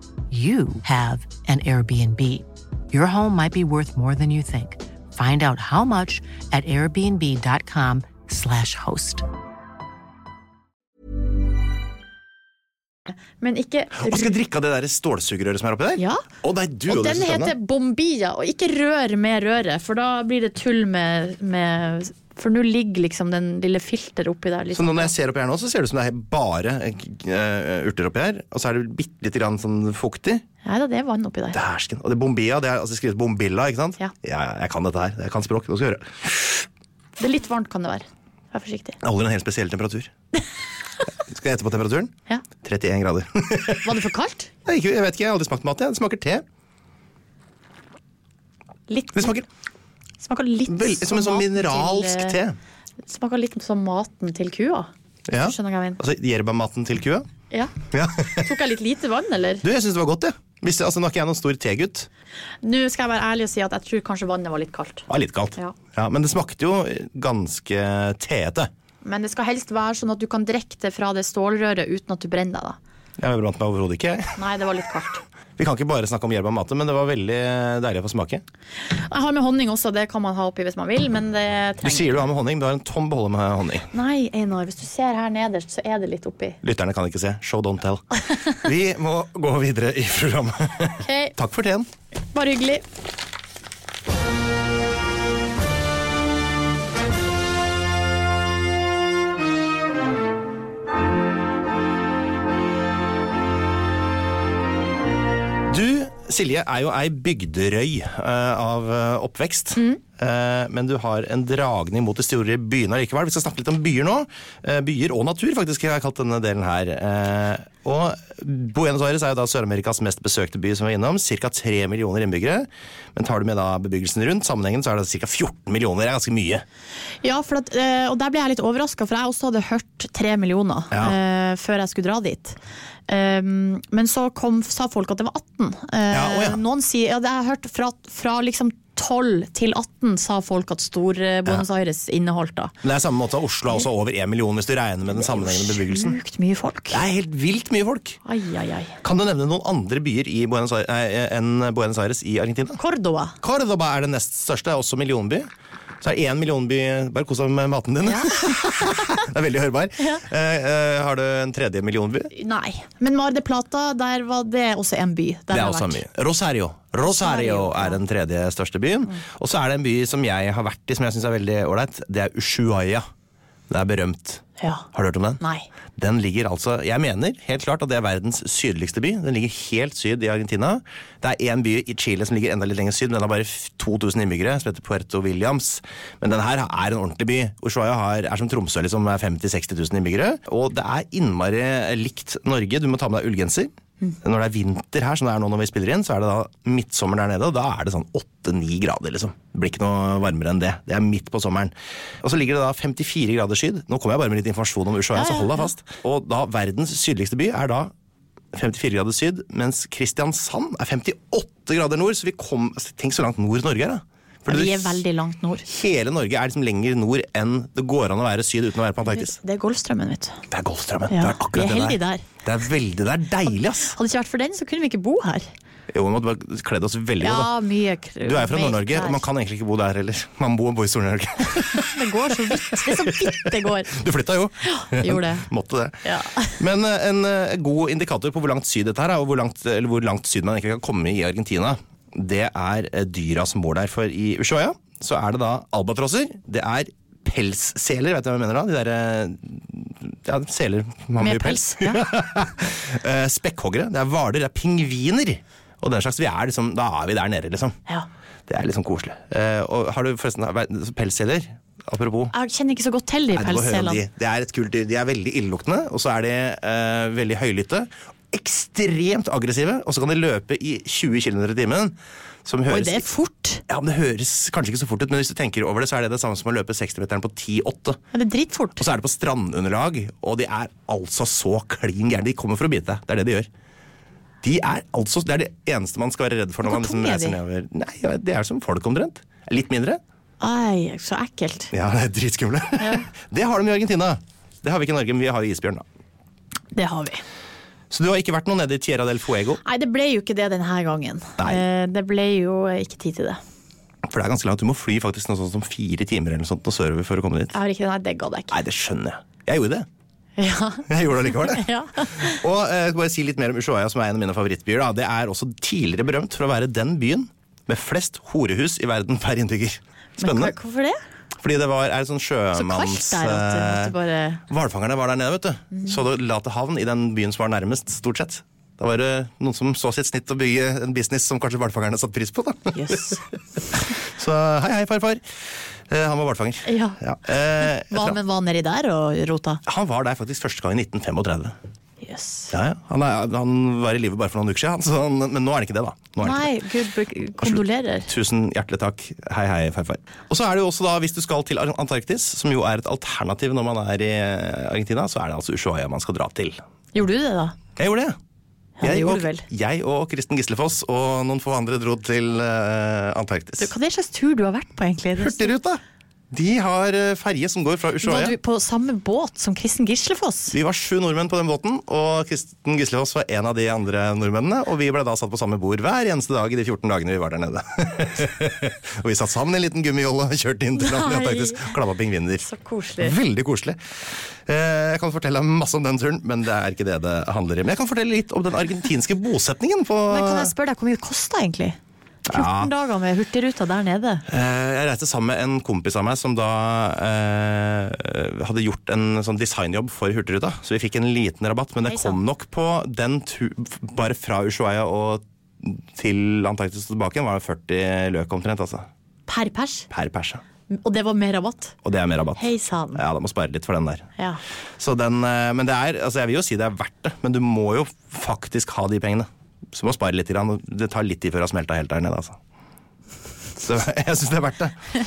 Speaker 3: you have an Airbnb. Your home might be worth more than you think. Find out how much at airbnb.com/slash host.
Speaker 2: men ikke
Speaker 1: Og skal jeg drikke av det der stålsugerøret som er oppi der?
Speaker 2: Ja.
Speaker 1: Å nei, du
Speaker 2: Og
Speaker 1: og det
Speaker 2: den
Speaker 1: som
Speaker 2: heter bombilla, og ikke rør med røret, for da blir det tull med, med For nå ligger liksom den lille filter oppi der.
Speaker 1: Så
Speaker 2: Liksom.
Speaker 1: nå når jeg ser oppi her nå, så ser det ut som det er bare eh, urter oppi her. Og så er det bitte lite grann sånn fuktig.
Speaker 2: Nei da, det er vann oppi der.
Speaker 1: Dæsken. Og det Bombea, det er altså skrevet Bombilla, ikke sant?
Speaker 2: Ja.
Speaker 1: jeg kan dette her. Jeg kan språk. Nå skal jeg høre.
Speaker 2: Det er litt varmt kan det være. Vær forsiktig.
Speaker 1: Jeg holder en helt spesiell temperatur. skal jeg gjette på temperaturen?
Speaker 2: Ja.
Speaker 1: 31 grader.
Speaker 2: Var det for kaldt?
Speaker 1: jeg, ikke, jeg vet ikke, jeg har aldri smakt mat. Jeg. Det smaker te.
Speaker 2: Litt,
Speaker 1: Det smaker
Speaker 2: smaker litt
Speaker 1: vel, som en sånn
Speaker 2: maten
Speaker 1: mineralsk
Speaker 2: til,
Speaker 1: te.
Speaker 2: eh, Smaker litt som maten til kua.
Speaker 1: Ja.
Speaker 2: eh, skjønner jeg hva jeg mener.
Speaker 1: Altså Jerba-maten til kua.
Speaker 2: Ja.
Speaker 1: Ja.
Speaker 2: Tok jeg litt lite vann, eller?
Speaker 1: Du, jeg syns det var godt, jeg. Hvis, altså, nå er ikke jeg noen stor tegutt.
Speaker 2: Nå skal jeg være ærlig og si at jeg tror kanskje vannet var litt kaldt.
Speaker 1: Det var litt kaldt.
Speaker 2: Ja.
Speaker 1: men det smakte jo ganske teete.
Speaker 2: Men det skal helst være sånn at du kan drikke det fra det stålrøret uten at du brenner deg, da.
Speaker 1: Jeg brant meg overhodet ikke. jeg.
Speaker 2: Nei, det var litt kaldt.
Speaker 1: Vi kan ikke bare snakke om jerba-mate, men det var veldig deilig å få smake.
Speaker 2: Jeg har med honning også, det kan man ha oppi hvis man vil, men det
Speaker 1: Du
Speaker 2: trenger
Speaker 1: sier du har med honning, men du har en tom beholder med honning.
Speaker 2: Nei, Einar, hvis du ser her nederst, så er det litt oppi.
Speaker 1: Lytterne kan ikke se. Show don't tell. Vi må gå videre i programmet.
Speaker 2: Ok,
Speaker 1: Takk for teen.
Speaker 2: Bare hyggelig.
Speaker 1: Du, Silje, er jo ei bygderøy eh, av eh, oppvekst. Eh, men du har en dragning mot de store byene likevel. Vi skal snakke litt om byer nå. Eh, byer og natur, faktisk, har jeg kalt denne delen her. Eh, og Buenos Aires er jo da Sør-Amerikas mest besøkte by, som vi var innom. Ca. 3 millioner innbyggere. Men tar du med da bebyggelsen rundt, sammenhengen, så er det ca. 14 millioner. Det er ganske mye.
Speaker 2: Ja, for at, eh, og der ble jeg litt overraska, for jeg også hadde hørt tre millioner
Speaker 1: Ja.
Speaker 2: eh, før jeg skulle dra dit. Um, men så kom, sa folk at det var 18. Eh,
Speaker 1: Ja, å ja.
Speaker 2: Noen sier, ja, det har jeg hørt fra, fra liksom 12 til 18 sa folk at stor eh, Buenos Aires inneholdt da.
Speaker 1: Men det er samme måte at Oslo er også over 1 million, hvis du regner med den sammenhengende bebyggelsen.
Speaker 2: Sjukt mye folk.
Speaker 1: Det er helt vilt mye folk.
Speaker 2: Ai, ai, ai.
Speaker 1: Kan du nevne noen andre byer i Buenos Aires, enn Buenos Aires i Argentina?
Speaker 2: Cordoba.
Speaker 1: Córdoba er den nest største, er også millionby. Så er det én millionby Bare kos deg med maten din. det er veldig hørbar. Eh, eh, har du en tredje millionby?
Speaker 2: Nei. Men Mar de Plata, der var det også en by. Der
Speaker 1: Det er
Speaker 2: har jeg
Speaker 1: også en by.
Speaker 2: vært.
Speaker 1: Rosario. Rosario
Speaker 2: Rosario, ja.
Speaker 1: er den tredje største byen. Og så er det en by som jeg har vært i, som jeg syns er veldig ålreit. Det er Ushuaia. Den er berømt.
Speaker 2: Ja.
Speaker 1: Har du hørt om den?
Speaker 2: Nei.
Speaker 1: Den ligger altså, Jeg mener helt klart at det er verdens sydligste by. Den ligger helt syd i Argentina. Det er én by i Chile som ligger enda litt lenger syd, men den har bare f- 2000 innbyggere, som heter Puerto Williams. Men den her er en ordentlig by. Ushuaia har, er som Tromsø, liksom er 50 000-60 000 innbyggere. Og det er innmari likt Norge. Du må ta med deg ullgenser. Når det er vinter her, som det er nå når vi spiller inn, så er det da midtsommer der nede, og da er det sånn åtte-ni grader, liksom. Det blir ikke noe varmere enn det. Det er midt på sommeren. Og så ligger det da 54 grader syd. Nå kommer jeg bare med litt informasjon om Ushuaia,
Speaker 2: Ja, ja,
Speaker 1: så hold deg
Speaker 2: ja.
Speaker 1: fast. Og da verdens sydligste by er da 54 grader syd, mens Kristiansand er 58 grader nord, så vi kom altså, Tenk så langt nord Norge er, da. For
Speaker 2: Vi
Speaker 1: du-
Speaker 2: er veldig langt nord.
Speaker 1: Hele Norge er liksom lenger nord enn det går an å være syd uten å være på Antarktis.
Speaker 2: Det er Golfstrømmen, vet du.
Speaker 1: Det er Golfstrømmen.
Speaker 2: Ja,
Speaker 1: Det er akkurat
Speaker 2: vi er
Speaker 1: det
Speaker 2: heldige der.
Speaker 1: Det er veldig, det er deilig, ass.
Speaker 2: Hadde det ikke vært for den, så kunne vi ikke bo her.
Speaker 1: Jo, vi måtte bare kledd oss veldig godt, da.
Speaker 2: Ja, mye kr-
Speaker 1: Du er jo fra
Speaker 2: mer
Speaker 1: Nord-Norge,
Speaker 2: der.
Speaker 1: og man kan egentlig ikke bo der heller. Man bor bor i Stor-Norge.
Speaker 2: Det går så vidt. Det er så vidt det går.
Speaker 1: Du flytta jo.
Speaker 2: gjorde det.
Speaker 1: Måtte det.
Speaker 2: Ja.
Speaker 1: Men eh, en eh, god indikator på hvor langt syd dette her er, og hvor langt, eller hvor langt syd man egentlig kan komme i Argentina, det er eh, dyra som bor der. For i Ushuaia så er det da albatrosser. Det er pelsseler, vet du hva jeg mener da? De derre ja, seler man
Speaker 2: Med
Speaker 1: blir
Speaker 2: pels. Ja.
Speaker 1: Eh, Spekkhoggere. Det er hvaler. Det er pingviner. Og den slags. Vi er liksom, da er vi der nede, liksom.
Speaker 2: Ja.
Speaker 1: Det er liksom koselig. Eh, og har du forresten pelsseler? Apropos.
Speaker 2: Jeg kjenner ikke så godt til de
Speaker 1: Nei, du må høre om de.
Speaker 2: pelsselene.
Speaker 1: Det er et kult dyr. De er veldig illeluktende, og så er de eh, veldig høylytte. Ekstremt aggressive, og så kan de løpe i 20 km i timen. Som
Speaker 2: Oi,
Speaker 1: høres
Speaker 2: det er fort.
Speaker 1: ja, men Det høres kanskje ikke så fort ut, men hvis du tenker over det, så er det det samme som å løpe 60-meteren på 10,8.
Speaker 2: Ja, Det er dritfort.
Speaker 1: Og så er det på strandunderlag, og de er altså så klin gærne. De kommer for å bite deg. Det er det de gjør. De er altså, Det er det eneste man skal være redd for når
Speaker 2: Hvor
Speaker 1: man liksom
Speaker 2: tunge er
Speaker 1: reiser
Speaker 2: de?
Speaker 1: nedover. Nei, ja, Det er som folk, omtrent. Litt mindre.
Speaker 2: Ai, så ekkelt.
Speaker 1: Ja, det er dritskumle. Det har de i Argentina. Det har vi ikke i Norge, men vi har jo isbjørn, da.
Speaker 2: Det har vi.
Speaker 1: Så du har ikke vært noe nede i Tierra del Fuego,
Speaker 2: Nei, det ble jo ikke det denne gangen.
Speaker 1: Nei.
Speaker 2: Eh, Det ble jo ikke tid til det.
Speaker 1: for det er ganske langt. Du må fly faktisk noe sånt som fire timer eller noe sånt og sørover for å komme dit.
Speaker 2: Jeg har ikke Nei, det gadd jeg ikke.
Speaker 1: Nei, det skjønner jeg. Jeg gjorde det.
Speaker 2: Ja.
Speaker 1: Jeg gjorde det likevel, det.
Speaker 2: Ja.
Speaker 1: Og eh, jeg skal bare si litt mer om Ushuaia, som er en av mine favorittbyer. Da. Det er også tidligere berømt for å være den byen med flest horehus i verden per innbygger.
Speaker 2: Men
Speaker 1: Spennende.
Speaker 2: hva- hvorfor det?
Speaker 1: Fordi det var er en sånn
Speaker 2: Så
Speaker 1: sjømanns...
Speaker 2: kaldt der at du måtte
Speaker 1: eh,
Speaker 2: bare Mhm.
Speaker 1: Hvalfangerne var der nede, vet du. Så det la til havn i den byen som var nærmest, stort sett. Da var det noen som så sitt snitt å bygge en business som kanskje hvalfangerne satte pris på. da.
Speaker 2: Jøss.
Speaker 1: Så hei, hei, farfar. Eh, han var hvalfanger.
Speaker 2: Ja.
Speaker 1: Eh,
Speaker 2: Hva
Speaker 1: etter-
Speaker 2: med hva nedi der og rota?
Speaker 1: han var der faktisk første gang i 1935.
Speaker 2: Jøss.
Speaker 1: Ja, ja. Han, er, han var i live bare for noen uker siden, så han, men nå er han ikke det, da. Nå er han ikke
Speaker 2: Nei, gud, be- kondolerer.
Speaker 1: Tusen hjertelig takk. Hei, hei, farfar. Og så er det jo også da, hvis du skal til Antarktis, som jo er et alternativ når man er i Argentina, så er det altså Ushuaia man skal dra til.
Speaker 2: Gjorde du det, da?
Speaker 1: Jeg gjorde det.
Speaker 2: Ja, det gjorde
Speaker 1: og,
Speaker 2: du vel.
Speaker 1: jeg og Kristen Gislefoss og noen få andre dro til eh, Antarktis.
Speaker 2: Du, Hva er det slags tur du har vært på, egentlig? Det-
Speaker 1: Hurtigruta! De har eh, ferje som går fra
Speaker 2: Var
Speaker 1: Ushuaia.
Speaker 2: du på samme båt som Kristen Gislefoss?
Speaker 1: Vi var sju nordmenn på den båten, og Kristen Gislefoss var en av de andre nordmennene. Og vi ble da satt på samme bord hver eneste dag i de 14 dagene vi var der nede. og vi satt sammen i en liten gummijolle og kjørte inn til
Speaker 2: Nei.
Speaker 1: Antarktis. Klappa pingviner.
Speaker 2: Så koselig.
Speaker 1: Veldig koselig. Eh, Jeg kan fortelle masse om den turen, men det er ikke det det handler om. Jeg kan fortelle litt om den argentinske bosetningen på
Speaker 2: Men kan jeg spørre deg, hvor mye det kosta egentlig? 14 dager med Hurtigruta der nede.
Speaker 1: Eh, Jeg reiste sammen med en kompis av meg som da eh, hadde gjort en sånn designjobb for Hurtigruta. Så vi fikk en liten rabatt, men det
Speaker 2: Hei sann.
Speaker 1: kom nok på den tu bare fra Ushuaia og til Antarktis og tilbake igjen var det 40 løk omtrent, altså.
Speaker 2: Per pers.
Speaker 1: Per perse.
Speaker 2: Og det var med rabatt.
Speaker 1: Og det er med rabatt.
Speaker 2: Hei sann.
Speaker 1: Ja, da må spare litt for den der.
Speaker 2: Ja.
Speaker 1: Så den, eh, men det er, altså jeg vil jo si det er verdt det, men du må jo faktisk ha de pengene. Så du må spare litt. Grann. og Det tar litt tid før det har smelta helt der nede, altså. Så jeg syns det er verdt det.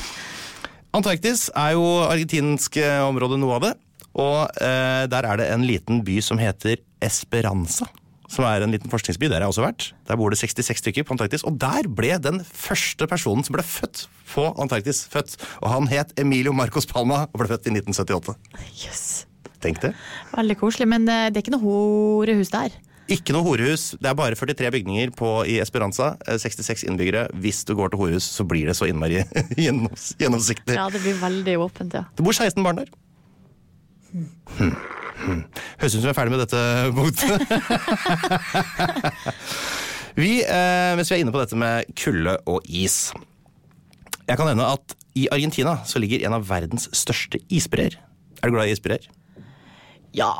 Speaker 1: Antarktis er jo argentinsk eh, område noe av det. Og eh, der er det en liten by som heter Esperanza. Som er en liten forskningsby. Der har jeg også vært. Der bor det 66 stykker på Antarktis. Og der ble den første personen som ble født på Antarktis, født. Og han het Emilio Marcos Palma og ble født i 1978.
Speaker 2: Jøss.
Speaker 1: Tenk det.
Speaker 2: Veldig koselig. Men eh, det er ikke noe horehus der.
Speaker 1: Ikke noe horehus. Det er bare 43 bygninger på, i Esperanza. eh, 66 innbyggere. Hvis du går til horehus, så blir det så innmari gjennoms, gjennomsiktig.
Speaker 2: Ja, det blir veldig åpent, ja.
Speaker 1: Det bor 16 barn der. Hmm. Hmm. Høres ut som vi er ferdig med dette punktet. vi, eh, mens vi er inne på dette med kulde og is Jeg kan nevne at i Argentina så ligger en av verdens største isbreer. Er du glad i isbreer?
Speaker 2: Ja,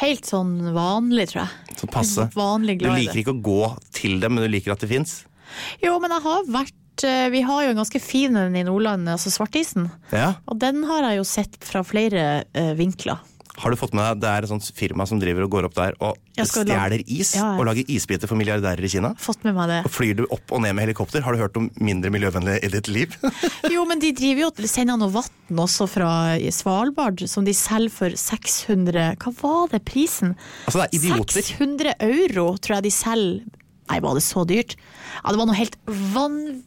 Speaker 2: helt sånn vanlig, tror jeg.
Speaker 1: Sånn passe.
Speaker 2: Vanlig
Speaker 1: Du
Speaker 2: glad i
Speaker 1: liker ikke å gå til dem, men du liker at det fins?
Speaker 2: Jo, men jeg har vært eh, Vi har jo en ganske fin en i Nordland, altså Svartisen.
Speaker 1: Ja.
Speaker 2: Og den har jeg jo sett fra flere eh, vinkler.
Speaker 1: Har du fått med deg det er et sånt firma som driver og går opp der og
Speaker 2: Jeg skal
Speaker 1: stjeler
Speaker 2: lage-
Speaker 1: is
Speaker 2: Ja, ja.
Speaker 1: og lager isbiter for milliardærer i Kina?
Speaker 2: Fått med meg det.
Speaker 1: Og flyr du opp og ned med helikopter? Har du hørt om mindre miljøvennlig i ditt liv?
Speaker 2: Jo, men de driver jo og sender noe vann også fra Svalbard, som de selger for 600 Hva var det prisen?
Speaker 1: altså, det er idioter.
Speaker 2: 600 euro, tror jeg de selger. Nei, var det så dyrt? Ja, det var noe helt vanvittige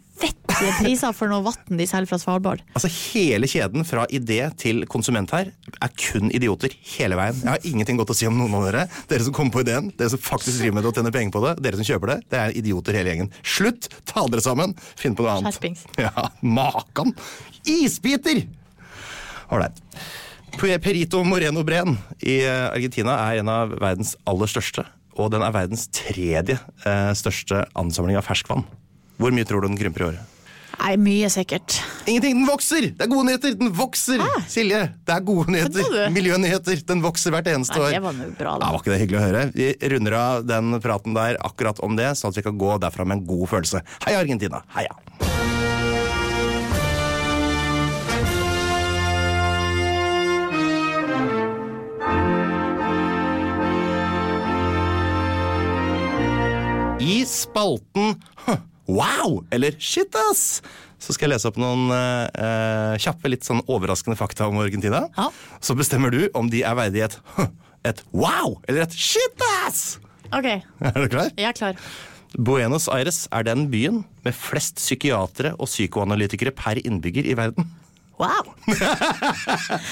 Speaker 2: priser for noe vann de selger fra Svalbard.
Speaker 1: Altså, hele kjeden fra idé til konsument her er kun idioter hele veien. Jeg har ingenting godt å si om noen av dere. Dere som kommer på ideen, dere som faktisk driver med det og tjener penger på det, dere som kjøper det, det er idioter hele gjengen. Slutt! Ta dere sammen! Finn på noe annet.
Speaker 2: Skjerpings.
Speaker 1: Ja, makan! Isbiter! Ålreit. Perito Moreno Breen i eh, Argentina er en av verdens aller største. Og den er verdens tredje eh, største ansamling av ferskvann. Hvor mye tror du den krymper i året?
Speaker 2: Nei, mye sikkert.
Speaker 1: Ingenting. Den vokser! Det er gode nyheter! Den vokser! Silje, det er gode nyheter.
Speaker 2: Ah. du?
Speaker 1: Miljønyheter. Den vokser hvert eneste
Speaker 2: Nei,
Speaker 1: år.
Speaker 2: det var jo bra, da.
Speaker 1: Ja, var ikke det hyggelig å høre? Vi runder av den praten der akkurat om det, sånn at vi kan gå derfra med en god følelse. Heia Argentina! Heia! I spalten «Huh, Wow! Eller Shit, ass! Så skal jeg lese opp noen eh, eh, kjappe, litt sånn overraskende fakta om Argentina.
Speaker 2: Ja.
Speaker 1: Så bestemmer du om de er verdig et «Huh», et wow eller et shit, ass!
Speaker 2: OK,
Speaker 1: Er du klar?
Speaker 2: jeg er klar.
Speaker 1: Buenos Aires er den byen med flest psykiatere og psykoanalytikere per innbygger i verden.
Speaker 2: Wow! Jeg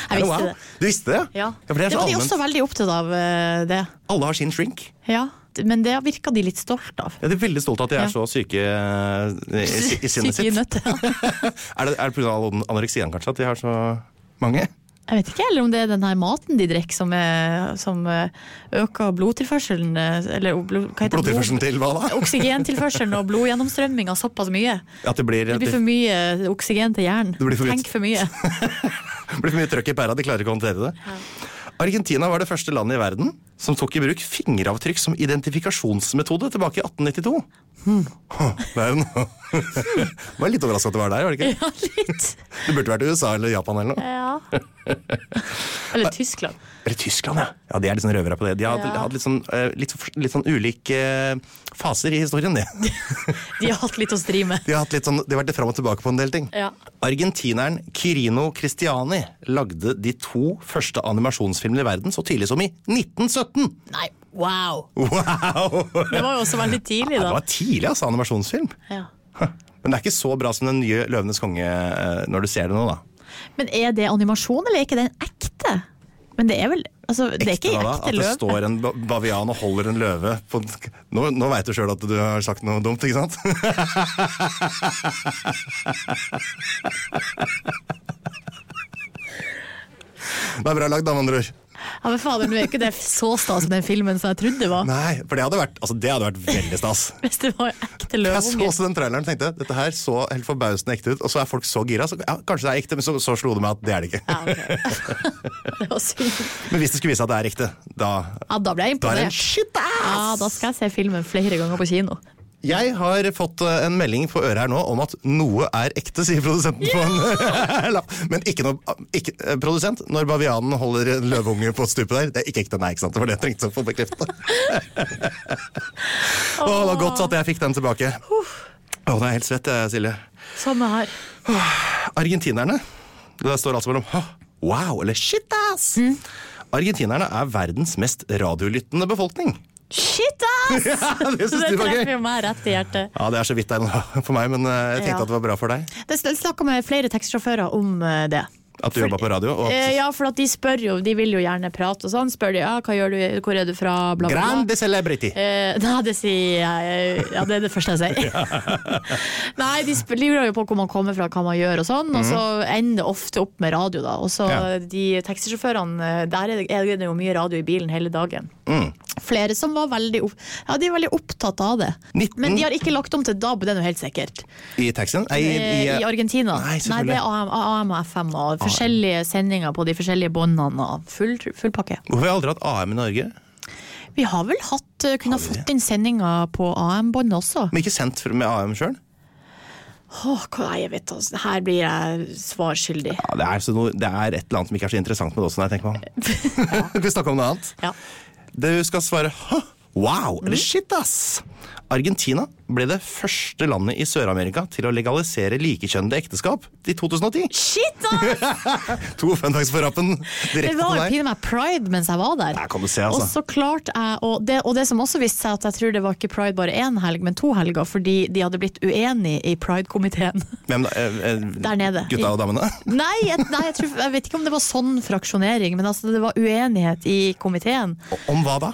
Speaker 2: visste
Speaker 1: Wow.
Speaker 2: det.
Speaker 1: Du visste det?
Speaker 2: Ja.
Speaker 1: for det
Speaker 2: det
Speaker 1: er så
Speaker 2: var de
Speaker 1: allment.
Speaker 2: også veldig opptatt av, eh, det.
Speaker 1: Alle har sin shrink.
Speaker 2: Ja, men det virka de litt stolt av.
Speaker 1: Jeg er veldig stolt av at de er
Speaker 2: Ja.
Speaker 1: så syke eh, i, i, i sinnet
Speaker 2: Syke i
Speaker 1: sitt.
Speaker 2: nøtta.
Speaker 1: Er det, er det pga. anoreksien kanskje at de har så mange?
Speaker 2: Jeg vet ikke, eller om det er den her maten de drikker som, er- som eh, øker blodtilførselen eh, Eller blod, hva heter det?
Speaker 1: Blodtilførselen til hva da?
Speaker 2: Blod- Oksygentilførselen og blodgjennomstrømminga såpass mye.
Speaker 1: At det blir,
Speaker 2: Det blir for mye eh, oksygen til hjernen.
Speaker 1: blir for mye.
Speaker 2: Tenk for mye.
Speaker 1: blir for mye trøkk i pæra, de klarer ikke å håndtere det. Argentina var det første landet i verden som tok i bruk fingeravtrykk som identifikasjonsmetode tilbake i 1892.
Speaker 2: Hmm.
Speaker 1: Det er en... var litt overraska at det var der, var det ikke?
Speaker 2: Ja, litt.
Speaker 1: Det burde vært USA eller Japan eller noe.
Speaker 2: Ja. Eller Tyskland.
Speaker 1: Eller Tyskland, ja. Ja, De er litt sånn røvere på det. De har hatt-
Speaker 2: Ja.
Speaker 1: hatt litt sånn, eh, litt, sånn- litt sånn ulike eh, faser i historien, de.
Speaker 2: De har hatt litt å stri med.
Speaker 1: De har, hatt litt sånn, de har vært litt fram og tilbake på en del ting.
Speaker 2: Ja.
Speaker 1: Argentineren Kirino Cristiani lagde de to første animasjonsfilmene i verden så tidlig som i 1917!
Speaker 2: Nei, wow!
Speaker 1: Wow!
Speaker 2: Det var jo også veldig tidlig,
Speaker 1: Ja, det
Speaker 2: da.
Speaker 1: var tidlig, altså, animasjonsfilm.
Speaker 2: Ja.
Speaker 1: Men det er ikke så bra som den nye Løvenes konge eh, når du ser det nå, da.
Speaker 2: Men er det animasjon, eller er ikke den ekte? Men det er vel altså, Det er ikke
Speaker 1: Ekte, da,
Speaker 2: ekte
Speaker 1: At det
Speaker 2: løv.
Speaker 1: står en ba- bavian og holder en løve på Nå, nå veit du sjøl at du har sagt noe dumt, ikke sant? Det er bra lagd, da, med andre ord.
Speaker 2: Ja, men fader, nå er ikke det så stas som den filmen som jeg trodde det var.
Speaker 1: Nei, for det hadde vært, altså, det hadde vært veldig stas.
Speaker 2: Hvis det var ekte
Speaker 1: Jeg så
Speaker 2: løvunge.
Speaker 1: også den traileren og tenkte dette her så helt forbausende ekte ut, og så er folk så gira. Så, ja, kanskje det er ekte, men så, så slo det meg at det er det ikke.
Speaker 2: Ja, ok. det var synd.
Speaker 1: Men hvis det skulle vise seg at det er ekte, da
Speaker 2: Ja, da ble jeg
Speaker 1: Da er det en
Speaker 2: imponert.
Speaker 1: shit
Speaker 2: Ja,
Speaker 1: ass!
Speaker 2: da skal jeg se filmen flere ganger på kino.
Speaker 1: Jeg har fått eh, en melding på øret her nå om at noe er ekte, sier produsenten på en lapp. Men ikke noe ikke, eh, Produsent, når bavianen holder en løveunge på stupet der, det er ikke ekte, nei, ikke sant? Det var det jeg trengte å få bekreftet. Å, det var godt at jeg fikk den tilbake. Å, nå er jeg helt svett, jeg, Silje.
Speaker 2: Samme her.
Speaker 1: Argentinerne Det står altså mellom «Hå, wow eller shit ass.
Speaker 2: Mm.
Speaker 1: Argentinerne er verdens mest radiolyttende befolkning.
Speaker 2: Shit, ass!
Speaker 1: det
Speaker 2: Så
Speaker 1: synes
Speaker 2: det
Speaker 1: du var
Speaker 2: treffer
Speaker 1: gøy.
Speaker 2: jo meg rett i hjertet.
Speaker 1: Ja, Det er så vidt det er nå for meg, men eh, jeg tenkte
Speaker 2: Ja.
Speaker 1: at det var bra for deg.
Speaker 2: Det snakka med flere taxisjåfører om eh, det.
Speaker 1: At du jobba på radio? Og
Speaker 2: Eh,
Speaker 1: at,
Speaker 2: Ja, for at de spør jo, de vil jo gjerne prate og sånn. Spør de ja, hva gjør du, hvor er du fra, bla, bla. bla.
Speaker 1: Grande celebrity!
Speaker 2: Eh, nei, det sier jeg Ja, det er det første jeg sier. nei, de sp- lurer jo på hvor man kommer fra, hva man gjør og sånn, og så ender det ofte opp med radio, da. Og så
Speaker 1: Mhm. Ja.
Speaker 2: de taxisjåførene, eh, der er det, er det jo mye radio i bilen hele dagen.
Speaker 1: Mm.
Speaker 2: Flere som var veldig, opp, ja, de er veldig opptatt av det.
Speaker 1: 19.
Speaker 2: Men de har ikke lagt om til DAB, det er nå helt sikkert.
Speaker 1: I taxien? Nei,
Speaker 2: eh, I, I Argentina.
Speaker 1: Nei,
Speaker 2: Nei, det
Speaker 1: selvfølgelig.
Speaker 2: er AM, AM og FM og forskjellige sendinger på de forskjellige båndene og full, full pakke.
Speaker 1: Hvorfor har vi aldri hatt AM i Norge?
Speaker 2: Vi har vel hatt, eh, kunne ha fått inn sendinger på AM-båndet også.
Speaker 1: Men ikke sendt med AM sjøl?
Speaker 2: Åh, hva nei, jeg vet altså. Her blir jeg svar skyldig.
Speaker 1: Ja, det, er så noe- det er et eller annet som ikke er så interessant med det også, når jeg tenker meg om. Skal vi snakke om noe annet?
Speaker 2: Ja. Mm.
Speaker 1: Du skal svare «Hå, wow, eller shit ass. Argentina ble det første landet i Sør-Amerika til å legalisere likekjønnede ekteskap i 2010.
Speaker 2: Shit, da!
Speaker 1: To fun facts på rappen
Speaker 2: Det
Speaker 1: direkte
Speaker 2: var jo
Speaker 1: på deg.
Speaker 2: pinlig meg pride mens jeg var der.
Speaker 1: Der kan du se, altså.
Speaker 2: Og så klarte jeg, og det, og det som også viste seg, at jeg tror det var ikke pride bare én helg, men to helger, fordi de hadde blitt uenige i pride-komiteen
Speaker 1: Hvem da? Eh, eh,
Speaker 2: der nede.
Speaker 1: Gutta og damene?
Speaker 2: Nei, jeg, nei jeg, tror, jeg vet ikke om det var sånn fraksjonering, men altså, det var uenighet i komiteen.
Speaker 1: Om hva da?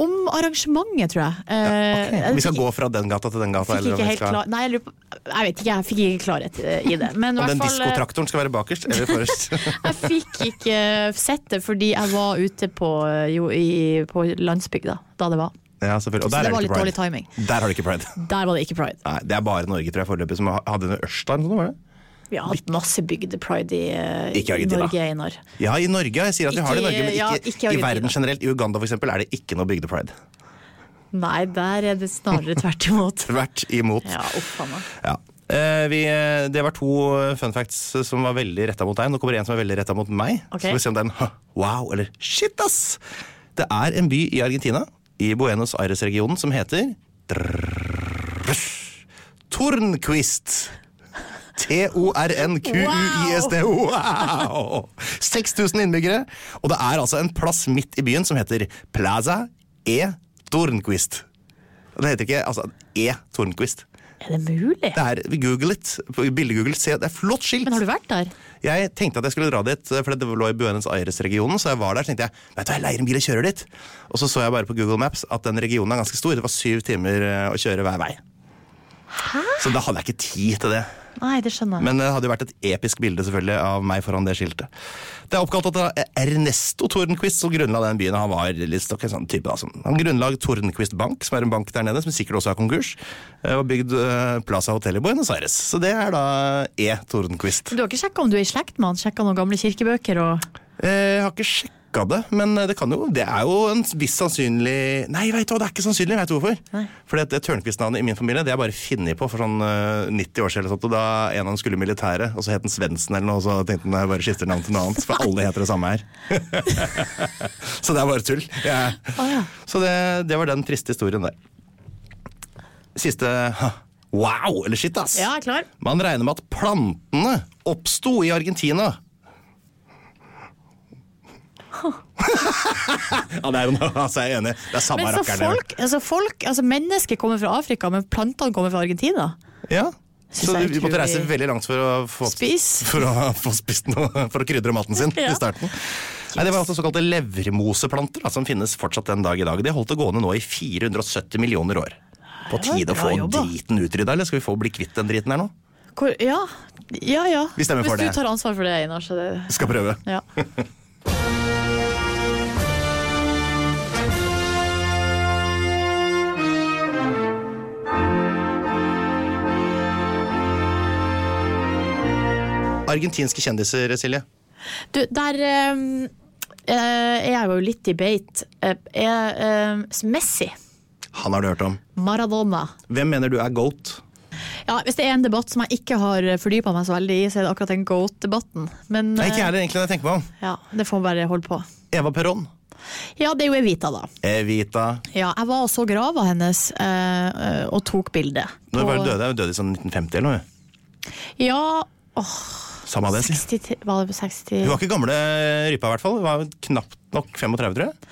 Speaker 2: Om arrangementet, tror jeg. Eh, jeg
Speaker 1: Vi skal
Speaker 2: fikk-
Speaker 1: gå fra den gata til den gata?
Speaker 2: fikk
Speaker 1: eller om
Speaker 2: ikke
Speaker 1: vi
Speaker 2: helt
Speaker 1: skal-
Speaker 2: klar, nei, jeg, lurer på, jeg vet ikke, jeg fikk ikke klarhet eh, i det. Men i
Speaker 1: Om
Speaker 2: hvert
Speaker 1: den
Speaker 2: fall, eh,
Speaker 1: diskotraktoren skal være bakerst eller forrest?
Speaker 2: Jeg fikk ikke sett det fordi jeg var ute på, eh, jo, i, på landsbygda da det var.
Speaker 1: ja, selvfølgelig. Og
Speaker 2: Så
Speaker 1: der
Speaker 2: det var
Speaker 1: er det
Speaker 2: litt
Speaker 1: ikke
Speaker 2: dårlig
Speaker 1: pride.
Speaker 2: timing.
Speaker 1: Der har du ikke pride.
Speaker 2: Der var det ikke pride.
Speaker 1: Nei, det er bare Norge tror jeg foreløpig som ha- hadde en Ørstein. Sånn, var det?
Speaker 2: Vi har hatt masse bygdepride i, eh,
Speaker 1: Ikke
Speaker 2: i
Speaker 1: i Argentina.
Speaker 2: Norge, Einar.
Speaker 1: Ja, i Norge. Jeg sier at vi har det i Norge, men
Speaker 2: Ikke- ja,
Speaker 1: ikke,
Speaker 2: ikke i
Speaker 1: i
Speaker 2: Argentina.
Speaker 1: verden generelt. I Uganda for eksempel, er det ikke noe bygdepride.
Speaker 2: Nei, der er det snarere tvert imot.
Speaker 1: Tvert imot.
Speaker 2: Ja, uff a meg.
Speaker 1: Ja. Eh, vi, eh, det var to eh, fun facts eh, som var veldig retta mot deg. Nå kommer det en som er veldig retta mot meg.
Speaker 2: Ok.
Speaker 1: Så får vi se om det er en «Hå, wow eller shit, ass! Det er en by i Argentina, i Buenos Aires-regionen, som heter Tornquist. T-o-r-n-q-u-i-s-t-o. Wow! 6000 innbyggere. Og det er altså en plass midt i byen som heter Plaza E Tornquist. Og Det heter ikke altså E Tornquist.
Speaker 2: Er det mulig?
Speaker 1: Det er, Google it. Bildegoogle. Se, det er flott skilt.
Speaker 2: Men har du vært der?
Speaker 1: Jeg tenkte at jeg skulle dra dit, eh, for det lå i Buenos Aires-regionen. Så jeg var der, så tenkte jeg vet du, hva, jeg leier en bil og kjører dit. Og så så jeg bare på Google Maps at den regionen er ganske stor. Det var syv timer eh, å kjøre hver vei. Så da hadde jeg ikke tid til det.
Speaker 2: Nei, det skjønner jeg.
Speaker 1: Men det hadde jo vært et episk bilde selvfølgelig av meg foran det skiltet. Det er oppkalt etter Ernesto Tornquist, som grunnla den byen. Han var litt stokk, en sånn type da, som- Han grunnla Tornquist Bank, som er en bank der nede, som sikkert også er konkurs. eh, Og bygd eh, Plaza Hotel i Buenos Aires. Så det er da E. Tornquist.
Speaker 2: Du har ikke sjekka om du er i slekt med han? Sjekka noen gamle kirkebøker og
Speaker 1: Eh, Jeg har ikke sjekka det, men eh, det, kan jo, det er jo en viss sannsynlig Nei, vet du hva, det er ikke sannsynlig. Vet du hvorfor? Fordi at det Tørnquist-navnet i min familie det er bare funnet på for sånn eh, 90 år siden. Eller sånt, og da en av dem skulle i militæret, og så het den Svendsen eller noe, og så tenkte han jeg bare skifter navn til noe annet. For alle heter det samme her. så det er bare tull. Jeg-
Speaker 2: ja.
Speaker 1: Så det, det var den triste historien der. Siste wow, eller shit, ass.
Speaker 2: Ja, jeg er klar.
Speaker 1: Man regner med at plantene oppsto i Argentina. ja, det er jo noe, altså, jeg er enig. Det er samme
Speaker 2: Men så
Speaker 1: rakkerne.
Speaker 2: folk, altså folk, altså mennesker kommer fra Afrika, men plantene kommer fra Argentina?
Speaker 1: Ja.
Speaker 2: Synes
Speaker 1: Så
Speaker 2: det er
Speaker 1: du, vi måtte
Speaker 2: utrolig-
Speaker 1: reise veldig langt for å få,
Speaker 2: Spis.
Speaker 1: For å få spist noe, for å krydre maten sin
Speaker 2: Ja.
Speaker 1: i starten. Nei, det var altså såkalte levermoseplanter, da, som finnes fortsatt den dag i dag. De holdt det gående nå i 470 millioner år. På
Speaker 2: Det var
Speaker 1: tide å
Speaker 2: bra
Speaker 1: få
Speaker 2: jobba.
Speaker 1: driten utrydda, eller skal vi få bli kvitt den driten her nå?
Speaker 2: Hvor, ja, ja, ja.
Speaker 1: Vi stemmer
Speaker 2: Hvis
Speaker 1: for det.
Speaker 2: du tar ansvar for det, Einar. Så det,
Speaker 1: Skal prøve.
Speaker 2: ja.
Speaker 1: Argentinske kjendiser, Silje.
Speaker 2: Du, der ehm, eh, er jeg jo litt i beit. Eh, er, ehm, Messi,
Speaker 1: Han har du hørt om.
Speaker 2: Maradona.
Speaker 1: Hvem mener du er goat?
Speaker 2: Ja, hvis det er en debatt som jeg ikke har fordypa meg så veldig i, så er det akkurat den goat-debatten. Men
Speaker 1: Nei, ikke jeg
Speaker 2: eh,
Speaker 1: heller, egentlig. når jeg tenker meg om.
Speaker 2: ja, det får man bare holde på.
Speaker 1: Eva Perón.
Speaker 2: Ja, det er jo Evita, da.
Speaker 1: Evita.
Speaker 2: Ja, jeg var og så grava hennes eh, eh, og tok bilde.
Speaker 1: Når var
Speaker 2: På-
Speaker 1: hun døde? Hun døde i sånn 1950 eller noe.
Speaker 2: Ja, åh,
Speaker 1: Samme av det. sier jeg.
Speaker 2: 63, var det på 60
Speaker 1: Hun var ikke gamle rypa, i hvert fall. Hun var knapt nok 35, tror jeg.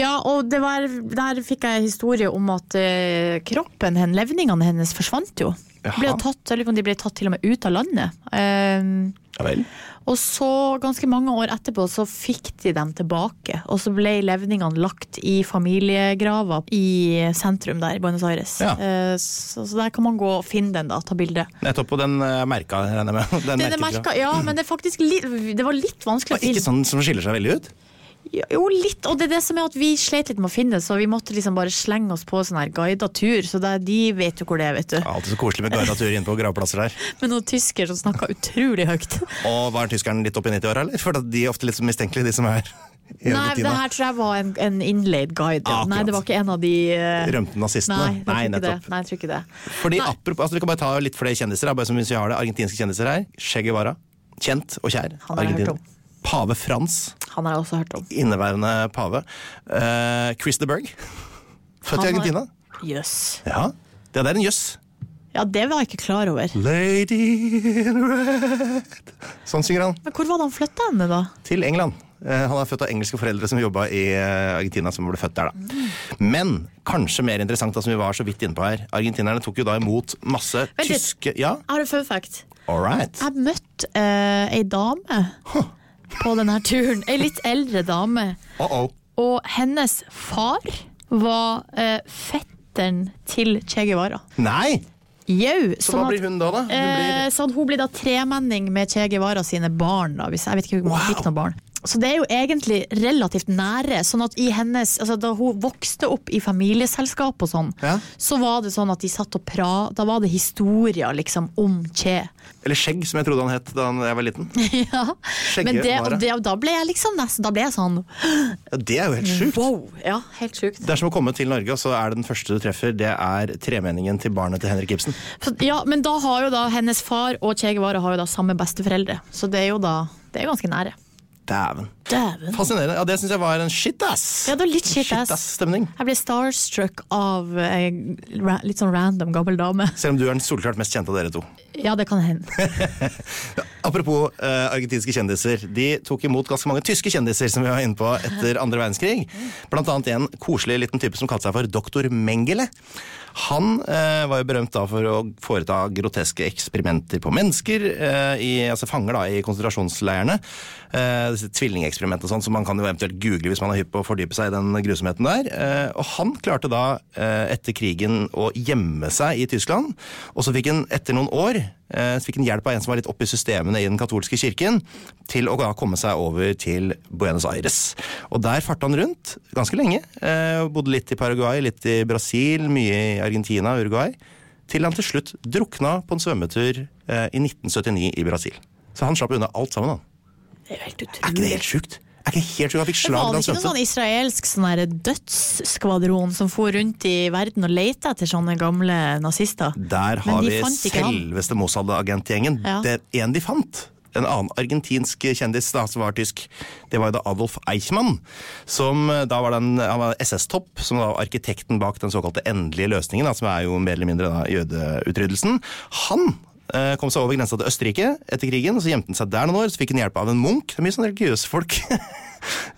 Speaker 2: Ja, og det var, der fikk jeg historie om at eh, kroppen, hen, levningene hennes forsvant jo.
Speaker 1: Jaha.
Speaker 2: Ble jo tatt, jeg lurer på om de ble tatt til og med ut av landet. Eh,
Speaker 1: Ja vel.
Speaker 2: Og så, ganske mange år etterpå, så fikk de dem tilbake. Og så ble levningene lagt i familiegrava i sentrum der, i Buenos Aires.
Speaker 1: Ja.
Speaker 2: Eh, Så, så der kan man gå og finne den, da, ta bilde.
Speaker 1: Nettopp. Og den eh, merka, regner jeg med. Den
Speaker 2: Det, det,
Speaker 1: merket du.
Speaker 2: merka, ja, men det, er faktisk li, det var litt vanskelig å
Speaker 1: Og Ikke
Speaker 2: finne.
Speaker 1: sånn som skiller seg veldig ut.
Speaker 2: Ja, Jo, litt. Og det er det som er at vi slet litt med å finne det, så vi måtte liksom bare slenge oss på sånn her guida tur. Så det, de vet jo hvor det er, vet du.
Speaker 1: Ja, alltid så koselig med guidatur inne på gravplasser der.
Speaker 2: Men noen tysker som snakka utrolig høyt.
Speaker 1: Og var tyskeren litt oppi 90 år, eller? For de er ofte litt så mistenkelige, de som er
Speaker 2: Nei,
Speaker 1: i
Speaker 2: det
Speaker 1: Argentina.
Speaker 2: her tror jeg var en, en innleid guide. Ja.
Speaker 1: Akkurat.
Speaker 2: Nei, det var ikke en av de eh,
Speaker 1: Rømte nazistene.
Speaker 2: Ah, Nei, jeg tror
Speaker 1: Nei,
Speaker 2: ikke det.
Speaker 1: nettopp.
Speaker 2: Nei, jeg tror ikke det.
Speaker 1: Fordi apropos, altså, Vi kan bare ta litt flere kjendiser. da, Bare som hvis vi har det, Argentinske kjendiser her. Che Guevara. Kjent og kjær.
Speaker 2: Han har jeg
Speaker 1: Argentin-
Speaker 2: hørt om.
Speaker 1: Pave Frans.
Speaker 2: Han har jeg også hørt om.
Speaker 1: Inneværende pave. Eh, Chris de Berg. Født
Speaker 2: Han
Speaker 1: i
Speaker 2: har-
Speaker 1: Argentina.
Speaker 2: Jøss.
Speaker 1: Ja, Det der er en jøss.
Speaker 2: Ja, det var jeg ikke klar over.
Speaker 1: Lady in red. Sånn synger han.
Speaker 2: Men hvor var det han flytta henne, da?
Speaker 1: Til England. Eh, han er født av engelske foreldre som jobba i eh, Argentina. som ble født der da.
Speaker 2: Mm.
Speaker 1: Men kanskje mer interessant, da, som vi var så vidt inne på her. Argentinerne tok jo da imot masse
Speaker 2: Vent litt.
Speaker 1: tyske Ja,
Speaker 2: Jeg har en fun fact.
Speaker 1: all right.
Speaker 2: Jeg møtte eh, ei dame på denne turen. Ei litt eldre dame.
Speaker 1: Uh -oh.
Speaker 2: Og hennes far var eh, fetteren til Che Guevara.
Speaker 1: Nei!
Speaker 2: Jau. sånn
Speaker 1: Så hva blir hun da, da? Hun blir...
Speaker 2: Eh, sånn, hun blir da tremenning med Che Guevara sine barn. Da, hvis, jeg vet ikke om hun
Speaker 1: Wow.
Speaker 2: fikk noen barn. Så det er jo egentlig relativt nære. sånn at i hennes, altså Da hun vokste opp i familieselskap, og sånn,
Speaker 1: Ja.
Speaker 2: så var det sånn at de satt og pra, da var det historier liksom, om Che.
Speaker 1: Eller Skjegg, som jeg trodde han het da han- jeg var liten.
Speaker 2: ja. Men det,
Speaker 1: Skjeggevare.
Speaker 2: og det, og da ble jeg liksom nesten da ble jeg sånn
Speaker 1: Ja, det er jo helt sjukt.
Speaker 2: wow! Ja, helt sjukt.
Speaker 1: Det er som å komme til Norge, og så er det den første du treffer, det er tremenningen til barnet til Henrik Ibsen.
Speaker 2: Så, ja, men da har jo da hennes far og Che Guevara har jo da samme besteforeldre, så det er jo da det er ganske nære.
Speaker 1: Dæven.
Speaker 2: Dæven.
Speaker 1: Fascinerende. Ja, det syns jeg var en shit-ass.
Speaker 2: Ja, det var litt shit ass.
Speaker 1: stemning.
Speaker 2: Jeg ble starstruck av ei ra- litt sånn random gammel dame.
Speaker 1: Selv om du er den solklart mest kjente av dere to.
Speaker 2: Ja, det kan hende.
Speaker 1: Apropos eh, argentinske kjendiser. De tok imot ganske mange tyske kjendiser som vi var inne på etter andre verdenskrig. Blant annet en koselig liten type som kalte seg for doktor Mengele. Han eh, var jo berømt da for å foreta groteske eksperimenter på mennesker, eh, i, altså fanger da i konsentrasjonsleirene. Eh, disse Tvillingeksperiment og sånn, så man kan jo eventuelt google hvis man er hypp på å fordype seg i den grusomheten der. Eh, og han klarte da, eh, etter krigen, å gjemme seg i Tyskland. Og så fikk han, etter noen år, eh, så fikk han hjelp av en som var litt oppe i systemene i den katolske kirken, til å da komme seg over til Buenos Aires. Og der farta han rundt ganske lenge. Eh, bodde litt i Paraguay, litt i Brasil, mye i Argentina og Uruguay. Til han til slutt drukna på en svømmetur eh, i 1979 i Brasil. Så han slapp unna alt sammen, han.
Speaker 2: Det er jo helt
Speaker 1: Er ikke det
Speaker 2: utrolig.
Speaker 1: helt sjukt? Er ikke helt sjukt? Han
Speaker 2: Det var
Speaker 1: fikk slag
Speaker 2: det
Speaker 1: da han
Speaker 2: ikke noen
Speaker 1: svømte.
Speaker 2: sånn israelsk sånn her dødsskvadron som for rundt i verden og lette etter sånne gamle nazister?
Speaker 1: Der
Speaker 2: Men
Speaker 1: har
Speaker 2: de
Speaker 1: vi
Speaker 2: fant ikke han.
Speaker 1: selveste Mossad-agentgjengen.
Speaker 2: Ja.
Speaker 1: Det er en de fant. En annen argentinsk kjendis da, som var tysk, det var jo da Adolf Eichmann. Som eh, da var den, han var SS-topp, som var arkitekten bak den såkalte endelige løsningen, da, som er jo mer eller mindre da, jødeutryddelsen. Han eh, kom seg over grensa til Østerrike etter krigen, og så gjemte han seg der noen år. Så fikk han hjelp av en munk. Det er mye sånne religiøse folk.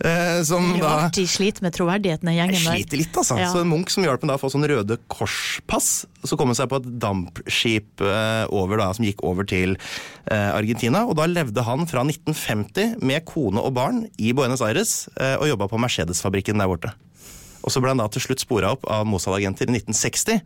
Speaker 1: eh, som
Speaker 2: Det er jo
Speaker 1: da
Speaker 2: artig, sliter med troverdigheten, den
Speaker 1: jeg
Speaker 2: gjengen der.
Speaker 1: sliter litt, altså.
Speaker 2: Ja.
Speaker 1: Så en Munch som hjalp meg da å få sånn Røde Kors-pass, så kom han seg på et dampskip eh, over da, som gikk over til eh, Argentina. Og da levde han fra 1950 med kone og barn i Buenos Aires eh, og jobba på Mercedes-fabrikken der borte. Og så ble han da til slutt spora opp av Mossad-agenter i 1960.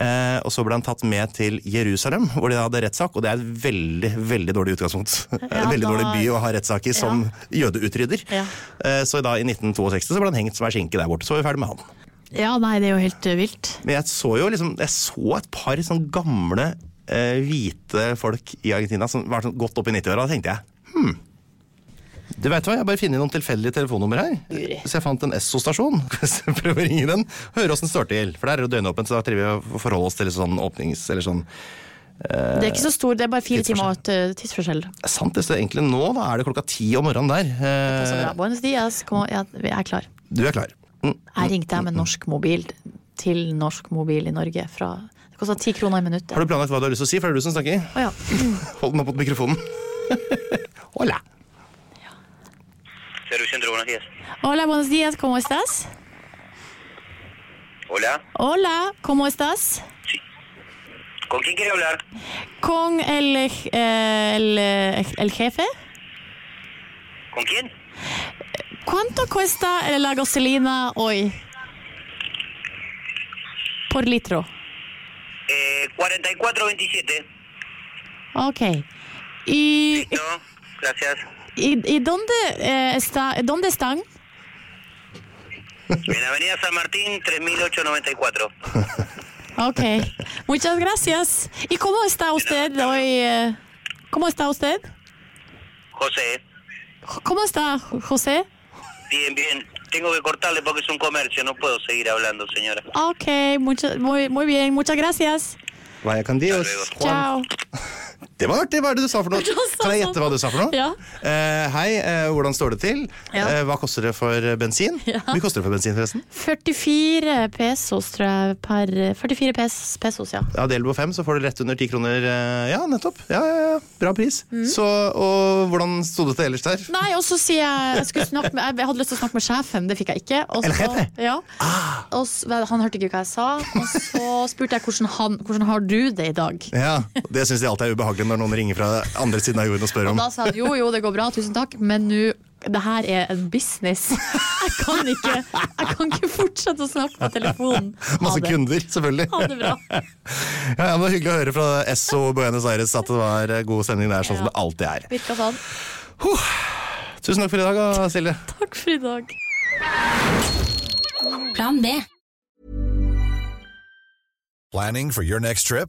Speaker 1: Eh, og så ble han tatt med til Jerusalem, hvor de hadde rettssak. Og det er et veldig veldig dårlig utgangspunkt.
Speaker 2: Ja,
Speaker 1: veldig
Speaker 2: da-
Speaker 1: dårlig by å ha rettssak i som jødeutrydder.
Speaker 2: Ja.
Speaker 1: Eh, Så da, i 1962 så ble han hengt som ei skinke der borte. Så var vi ferdig med han.
Speaker 2: Ja, nei, det er jo helt eh, vilt.
Speaker 1: Men jeg så jo liksom, jeg så et par sånn gamle eh, hvite folk i Argentina som var sånn godt opp i 90-åra. Da tenkte jeg hm. Du vet hva, Jeg har bare funnet noen tilfeldige telefonnummer her. Så jeg fant en Esso-stasjon. Hvis jeg prøver å ringe den, høre åssen det står til. For der er det jo døgnåpent, så da trenger vi å forholde oss til litt sånn åpnings... Eller sånn.
Speaker 2: Det er ikke så stor, det er bare fire
Speaker 1: tidsforskjell.
Speaker 2: timer og et eh, tidsforskjell.
Speaker 1: Det er Sant, det står egentlig nå. Da er det klokka ti om morgenen der.
Speaker 2: Så
Speaker 1: Eh,
Speaker 2: bra. Buenos dias, kom, ja, jeg er klar.
Speaker 1: du er klar.
Speaker 2: Jeg ringte dem en norsk mobil til norsk mobil i Norge fra Det kosta ti kroner i minuttet.
Speaker 1: Har du planlagt hva du har lyst til å si? For det er du som snakker.
Speaker 2: Å ja.
Speaker 1: Hold den opp mot mikrofonen. Hola.
Speaker 4: Servicio Centro, buenos días.
Speaker 2: Hola, buenos días, ¿cómo estás?
Speaker 4: Hola.
Speaker 2: Hola, ¿cómo estás?
Speaker 4: Sí. ¿Con quién quiere hablar?
Speaker 2: Con el, eh, el, eh, el jefe.
Speaker 4: ¿Con quién?
Speaker 2: ¿Cuánto cuesta la gasolina hoy? Por litro.
Speaker 4: Eh, 4427.
Speaker 2: Ok. ¿Y,
Speaker 4: Listo. Gracias.
Speaker 2: y, y dónde, eh, está, dónde están?
Speaker 4: En Avenida San Martín, 3894.
Speaker 2: Ok. Muchas gracias. ¿Y cómo está usted hoy? eh, ¿Cómo está usted?
Speaker 4: José,
Speaker 2: ¿Cómo está José?
Speaker 4: bien, bien. Tengo que cortarle porque es un comercio, no puedo seguir hablando, señora.
Speaker 2: Ok, mucho- muy, muy bien, muchas gracias.
Speaker 1: Vaya con Dios.
Speaker 4: Hasta luego.
Speaker 1: Juan.
Speaker 2: Chao.
Speaker 1: Det var artig. Hva er det du sa for noe?
Speaker 2: Jeg sa
Speaker 1: Kan jeg gjette
Speaker 2: sånn.
Speaker 1: hva du sa for noe?
Speaker 2: Ja.
Speaker 1: Eh, hei, eh, hvordan står det til?
Speaker 2: Ja.
Speaker 1: Eh, hva koster det for eh, bensin? Hvor mye koster det for bensin, forresten?
Speaker 2: 44 pesos, tror jeg, per 44 pes- pesos, ja.
Speaker 1: Ja, Del på fem, så får du rett under ti kroner. eh, Ja, nettopp. Ja, ja, ja. Bra pris. Så, og hvordan sto det til ellers der?
Speaker 2: Mm. Nei, og så sier jeg Jeg, skulle snakke med, jeg hadde lyst til å snakke med sjefen, det fikk jeg ikke. Og
Speaker 1: Eller
Speaker 2: så,
Speaker 1: jefe?
Speaker 2: ja. og så, han hørte ikke hva jeg sa. Og så spurte jeg hvordan, han, hvordan har du det i dag.
Speaker 1: Ja, Det syns de alltid er ubehagelig når noen ringer fra andre siden av jorden og spør om
Speaker 2: Da sa han jo, jo, det går bra, tusen takk, men nå det her er en business. Jeg kan ikke, jeg kan ikke fortsette å snakke på telefonen. Ha
Speaker 1: masse
Speaker 2: det.
Speaker 1: kunder, selvfølgelig.
Speaker 2: Ha det bra.
Speaker 1: Ja, ja, men det var Hyggelig å høre fra SO Buenos Aires at det var eh, god stemning der, sånn som
Speaker 2: Ja.
Speaker 1: det alltid er.
Speaker 2: Virka sånn.
Speaker 1: Tusen takk for i dag, da, Silje.
Speaker 2: Takk for i dag.
Speaker 5: Plan B.
Speaker 6: Planning for your next trip?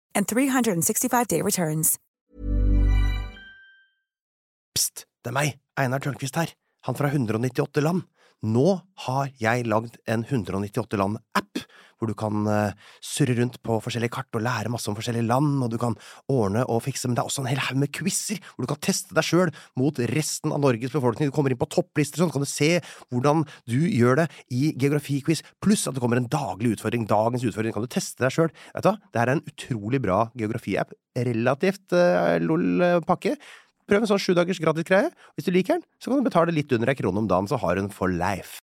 Speaker 7: and 365-day returns.
Speaker 1: Pst, det er meg, Einar Tørnquist her, han fra 198 land. Nå har jeg lagd en 198 land-app, hvor du kan eh, surre rundt på forskjellige kart og lære masse om forskjellige land, og du kan ordne og fikse, men det er også en hel haug med quizer, hvor du kan teste deg sjøl mot resten av Norges befolkning. Du kommer inn på topplister, sånn kan du se hvordan du gjør det i geografiquiz, pluss at det kommer en daglig utfordring. Dagens utfordring kan du teste deg sjøl. Vet du hva, det her er en utrolig bra geografiapp. Relativt eh, lol eh, pakke. Prøv en sånn sju dagers gratis greie. Hvis du liker den, så kan du betale litt under ei krone om dagen, så har du den for life.